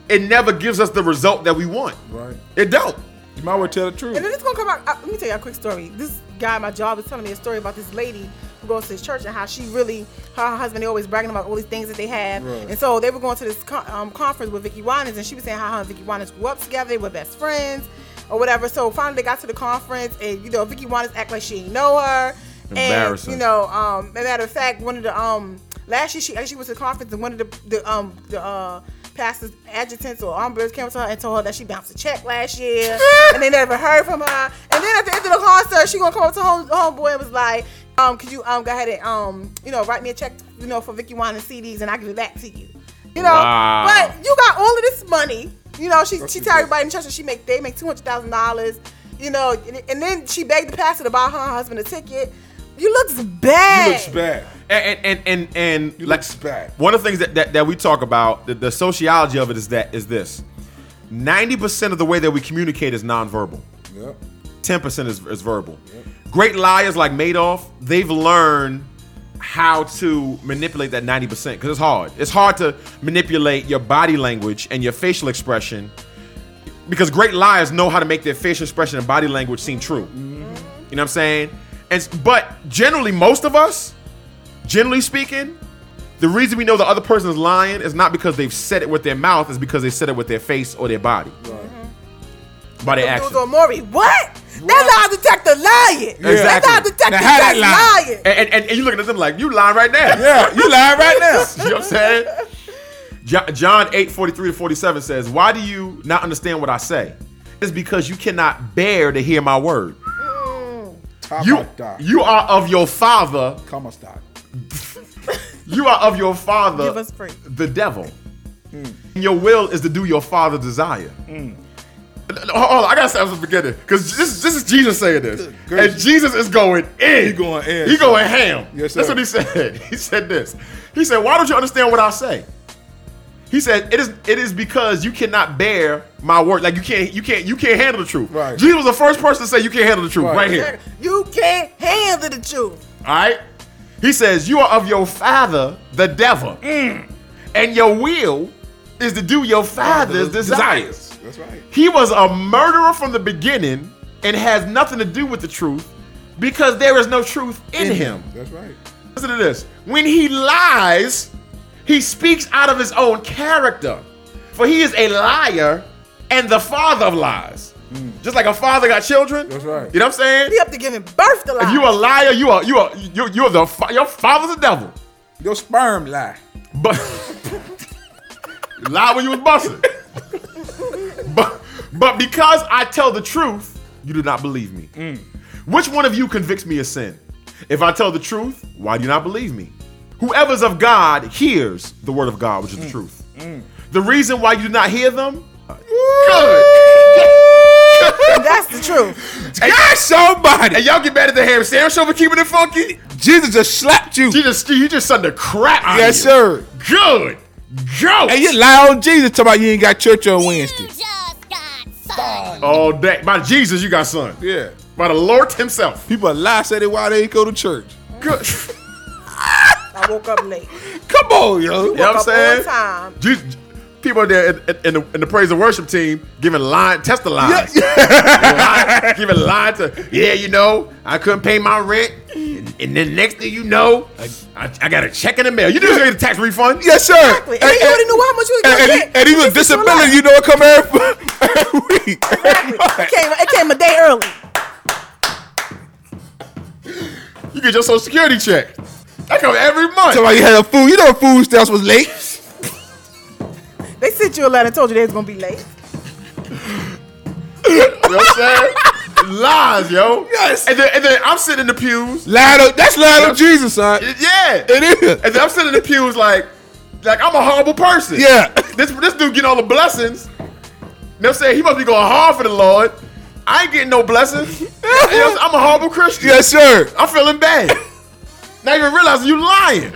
it never gives us the result that we want.
Right.
It don't.
You might well tell the truth.
And then it's gonna come out. Uh, let me tell you a quick story. This guy at my job was telling me a story about this lady who goes to his church and how she really, her and her husband, they always bragging about all these things that they have.
Right.
And so they were going to this con- um, conference with Vicky Winans, and she was saying how her and Vicky Winans grew up together, they were best friends, or whatever. So finally they got to the conference, and you know Vicky Winans act like she didn't know her.
Embarrassing.
And, you know, um, as a matter of fact, one of the um last year she actually went to the conference, and one of the the um the uh pastor's adjutants or ombuds came to her and told her that she bounced a check last year and they never heard from her. And then at the end of the concert, she gonna come up to home homeboy and was like, um, could you um go ahead and um, you know, write me a check, you know, for Vicky Wine and CDs and I give it back to you. You know,
Wow.
but you got all of this money. You know, she she tell everybody in church that she make they make two hundred thousand dollars. You know, and, and then she begged the pastor to buy her husband a ticket. You looks bad.
looks
bad.
And and and and, and like
bad.
one of the things that, that, that we talk about, the, the sociology of it is that is this. 90% of the way that we communicate is nonverbal.
Yep.
10% is, is verbal. Great liars like Madoff, they've learned how to manipulate that 90% because it's hard. It's hard to manipulate your body language and your facial expression because great liars know how to make their facial expression and body language seem true. You know what I'm saying? And s- but generally, most of us, generally speaking, the reason we know the other person is lying is not because they've said it with their mouth, is because they said it with their face or their body, by their
It
actions.
was on Maury. What? That lie detector lying. That lie detector that's lying.
And, and, and you looking at them like, you lying right now.
Yeah, you lying right
now. [laughs] you know what I'm saying? Jo- John 8, 43 to 47 says, Why do you not understand what I say? It's because you cannot bear to hear my word. You, you are of your father.
Come on, stop.
[laughs] You are of your father,
Give us free.
the devil.
Hmm.
And your will is to do your father's desire. Hold on, I gotta start from the beginning because this, this is Jesus saying this, and Jesus is going in.
He going in,
He
sir.
going ham.
Yes,
That's
sir.
[laughs] what he said. He said this. He said, "Why don't you understand what I say? He said it is it is because you cannot bear my word. Like you can't you can't you can't handle the truth. Right. Jesus was the first person to say you can't handle the truth right, here.
You can't handle the truth.
All right. He says you are of your father the devil, and your will is to do your father's desires.
That's right.
He was a murderer from the beginning and has nothing to do with the truth because there is no truth in, him.
That's right.
Listen to this. When he lies, he speaks out of his own character, for he is a liar and the father of lies.
Mm.
Just like a father got children. That's right. You know what I'm saying?
You have to give him birth to lies.
If you a liar, you are you are you you're the fa- your father's the devil. Your sperm lie. But [laughs] lie when you was busting. [laughs] but but because I tell the truth, you do not believe me.
Mm.
Which one of you convicts me of sin? If I tell the truth, why do you not believe me? Whoever's of God hears the word of God,
Mm.
which is the truth. The reason why you do not hear them, [laughs]
That's the truth.
Got somebody. And y'all get mad at the ham sandwich over keeping it funky. Jesus just slapped you. Jesus, you just sucked the crap out of
Yes,
you.
sir.
Good. Go.
And you lie on Oh, Jesus talking about you ain't got church on Wednesday.
All day. By Jesus, you got son. Yeah. By the Lord himself.
People lie say they why they ain't go to church.
Good.
I woke up late.
Come on, yo. Oh, You know what I'm
up
saying?
on time.
Jesus- people there in, in, the, in the praise and worship team giving line, test the lines. Lying- giving line to, yeah, you know, I couldn't pay my rent. And, and then next thing you know, I, I, I got a check in the mail. You just get a tax refund?
Yes, sir.
Exactly. And, you already knew how much you was
And,
gonna
and,
get.
and even disability, you know it come every
It came, it came a day early.
You get your social security
[laughs]
check. That come every month.
Somebody had a food. You know food stamps was late.
They sent you a letter, told you they was gonna
[laughs]
be late.
You know what I'm saying? Lies, yo. Yes. And then, and then I'm sitting in the pews.
Lying on- that's lying on Jesus, son.
Yeah. It is. And then I'm sitting in the pews like, like I'm a horrible person.
Yeah.
[laughs] This this dude getting all the blessings. You know what I'm saying? He must be going hard for the Lord. I ain't getting no
[laughs]
blessings. You know what I'm saying? I'm a horrible Christian.
Yes, sir.
I'm feeling bad. Not even realizing you lying.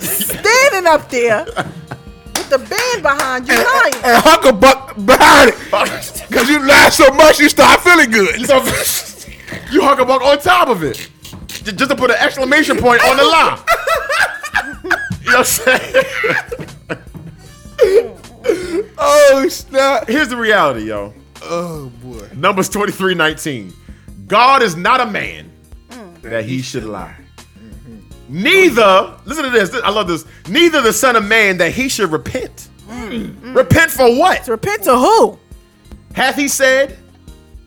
Standing up there with the band behind you, lying.
[laughs]
And hunger buck behind it. Because you lie so much, you start feeling good.
You,
[laughs]
you huckabuck on top of it. J- Just to put an exclamation point on the
[laughs]
lie. You know what I'm saying?
[laughs] oh snap.
Here's the reality, yo.
Oh boy.
Numbers 23, 19. God is not a man
Mm.
that he should lie. Neither, listen to this. I love this. Neither the son of man that he should repent.
Mm.
Repent for what? To
repent Mm. to who?
Hath he said,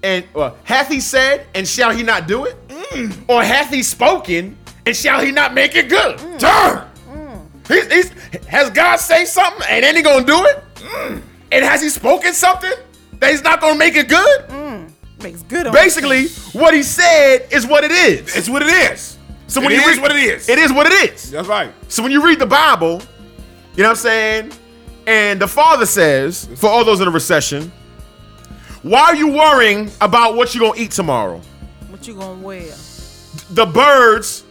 and well, hath he said, and shall he not do it?
Mm.
Or hath he spoken, and shall he not make it good?
Mm.
Turn. He's, he's, has God say something, and ain't he gonna do it? And has he spoken something that he's not gonna make it good?
Mm, Makes good. on
Basically, what he said is what it is.
It's what it is.
So when
It
you
is
read
what it is.
it is what it is.
That's right.
So when you read the Bible, you know what I'm saying? And the Father says, for all those in a recession, why are you worrying about what you're gonna eat tomorrow?
What you gonna wear?
The birds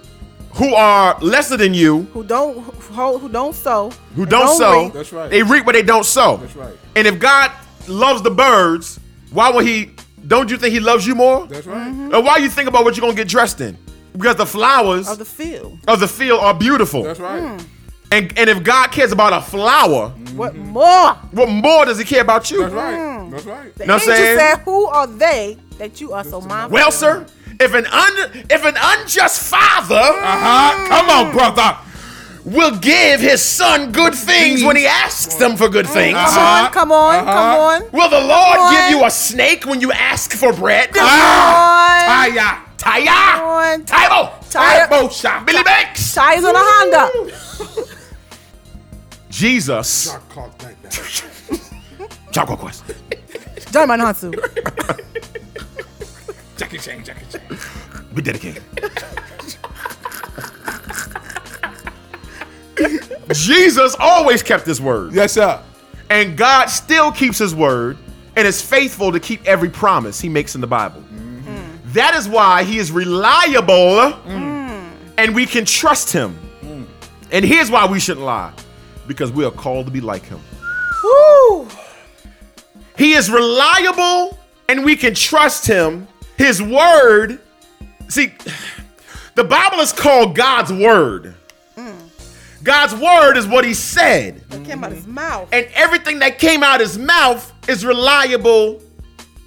who are lesser than you,
Who don't who, hold- who don't sew?
who
and
don't, sow,
reap.
they reap what they don't sow. That's
right.
And if God loves the birds, why would he don't you think he loves you more?
That's right.
Mm-hmm.
And why you think about what you're gonna get dressed in? Because the flowers
of the field Mm.
of the field are beautiful.
That's right.
And and if God cares about a flower,
what more?
what more does He care about you?
That's right. That's right.
The
Know what I'm
angel
saying?
said, "Who are they that you are so mindful?"
Well,
of?"
sir, if an un, if an unjust father, uh-huh, come on, brother, will give his son good things when he asks them for good things.
Come on, come on,
Uh-huh.
come on.
Will the
Come
Lord
on.
give you a snake when you ask for bread?
Come on.
Taya,
Come
Taya,
on.
Tybo,
Taya-
Tybo, Shop, Billy Banks.
Tires on a Honda.
Jesus, [laughs] Chaco Quest.
John Manhattan. [laughs]
Jackie Chan, Jackie Chan.
We dedicated. Jesus always kept his word.
Yes, sir.
And God still keeps his word and is faithful to keep every promise he makes in the Bible. That is why he is reliable and we can trust him. And here's why we shouldn't lie because we are called to be like him. He is reliable and we can trust him. His word, see, the Bible is called God's word.
Mm.
God's word is what he said.
It came out his mouth.
And everything that came out his mouth is reliable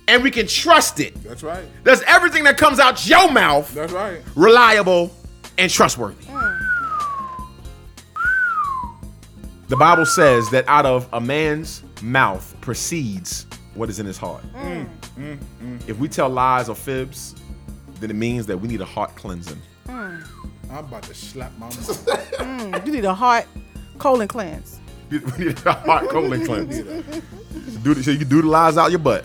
and we can trust it.
That's right.
That's everything that comes out your mouth.
That's right.
Reliable and trustworthy.
Mm.
The Bible says that out of a man's mouth proceeds what is in his heart.
Mm, mm, mm.
If we tell lies or fibs, then it means that we need a heart cleansing.
Hmm. I'm about to slap my mom.
Mm, you need a heart colon cleanse.
[laughs] We need a heart colon
[laughs]
cleanse. Do the- so you can do the lies out your butt.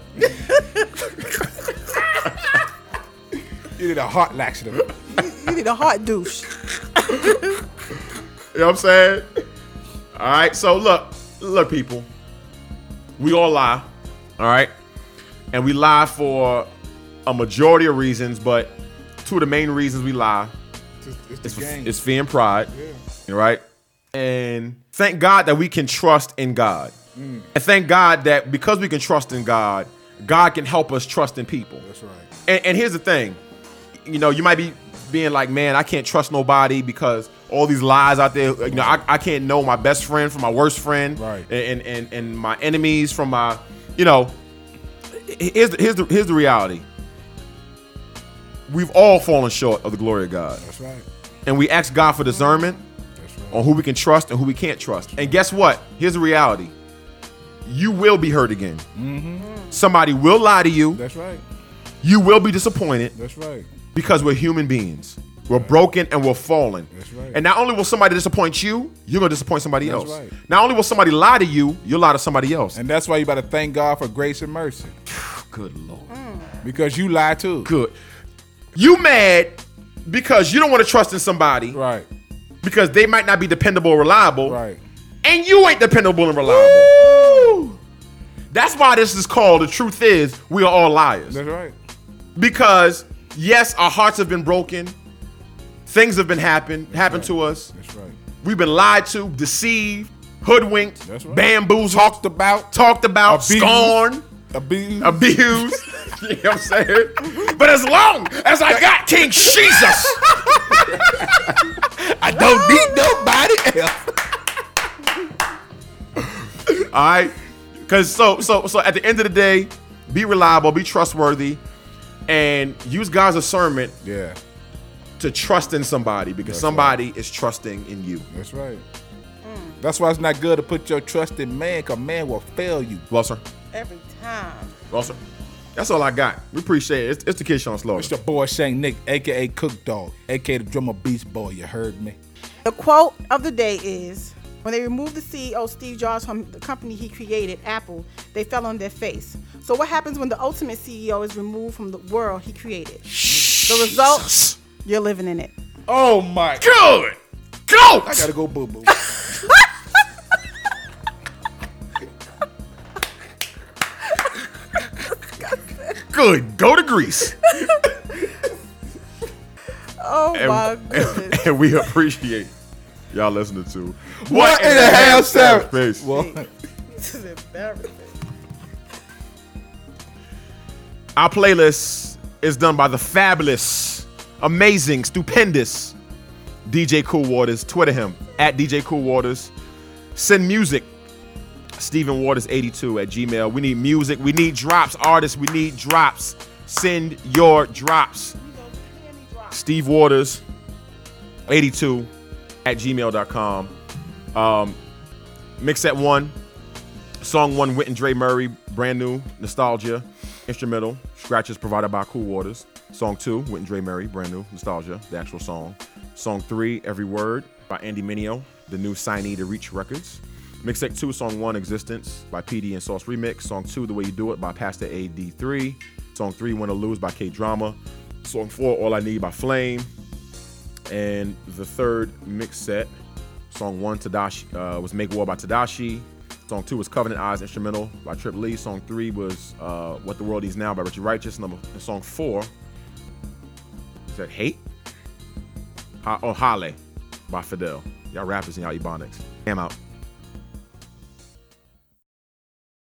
You need a heart laxative.
You need a heart douche.
You know what I'm saying? All right. So look, look, people. We all lie. All right. And we lie for a majority of reasons, but two of the main reasons we lie
It's the game.
is fear and pride. All right. And thank God that we can trust in God.
Mm.
And thank God that because we can trust in God, God can help us trust in people.
That's right.
And, and here's the thing, you know, you might be being like, man, I can't trust nobody because all these lies out there. You know, I, I can't know my best friend from my worst friend, right? And and and my enemies from my, you know. Here's the, here's the here's the reality. We've all fallen short of the glory of God.
That's right.
And we ask God for discernment on who we can trust and who we can't trust. And guess what? Here's the reality. You will be hurt again.
Mm-hmm.
Somebody will lie to you.
That's right.
You will be disappointed
That's right.
because we're human beings. We're broken and we're fallen.
That's right.
And not only will somebody disappoint you, you're gonna disappoint somebody
That's
else.
right.
Not only will somebody lie to you, you'll lie to somebody else.
And that's why you better thank God for grace and mercy.
[sighs] Good Lord.
Because you lie too.
Good. You mad because you don't want to trust in somebody.
Right.
Because they might not be dependable or reliable.
Right.
And you ain't dependable and reliable. That's why this is called the truth is we are all liars.
That's right.
Because yes, our hearts have been broken. Things have been happened happened to us.
That's right.
We've been lied to, deceived, hoodwinked,
That's right.
bamboozled, talked
about,
talked about,
Abused.
scorned,
abused, [laughs]
abused. [laughs] you know what I'm saying? But as long as I got
[laughs]
King Jesus, I don't need nobody else. All right, because so so so at the end of the day, be reliable, be trustworthy, and use God's discernment.
Yeah.
To trust in somebody because
That's
somebody is trusting in you.
That's right.
Hmm.
That's why it's not good to put your trust in man, because man will fail you.
Well, sir.
Every time.
Well, sir. That's all I got. We appreciate it. It's, it's the Kid Sean Slaughter.
It's your boy Shane Nick, aka Cook Dog, aka the drummer Beast Boy. You heard me.
The quote of the day is When they removed the CEO Steve Jobs from the company he created, Apple, they fell on their face. So, what happens when the ultimate CEO is removed from the world he created? The result, you're living in it.
Oh my
Good. Go.
I gotta go boo boo.
Good. Go to Greece.
[laughs] Oh
and,
my
[laughs] and-
goodness.
and we appreciate y'all listening to
What in the hell, Sarah?
Peace.
What?
this is embarrassing.
Our playlist is done by the fabulous, amazing, stupendous DJ Cool Waters. Twitter him at DJ Cool Waters. Send music. Stephen Waters82 at Gmail. We need music. We need drops. Artists, we need drops. Send your drops. Steve Waters 82 at gmail.com. Um, mix at one. Song one, Wit and Dre Murray, brand new, nostalgia, instrumental, scratches provided by Cool Waters. Song two, Wit and Dre Murray, brand new, nostalgia, the actual song. Song three, Every Word by Andy Mineo, the new signee to Reach Records. Mix Act 2, Song 1, Existence by PD and Sauce Remix. Song 2, The Way You Do It by Pastor AD3. Song 3, Win or Lose by K Drama. Song 4, All I Need by Flame. And the third mix set, song one Tadashi uh, was "Make War" by Tadashi. Song two was "Covenant Eyes" instrumental by Trip Lee. Song three was uh, "What the World Is Now" by Richie Righteous. Number and song four is that "Hate" ha- oh, "Hale" by Fidel. Y'all rappers and y'all ebonics. Damn out.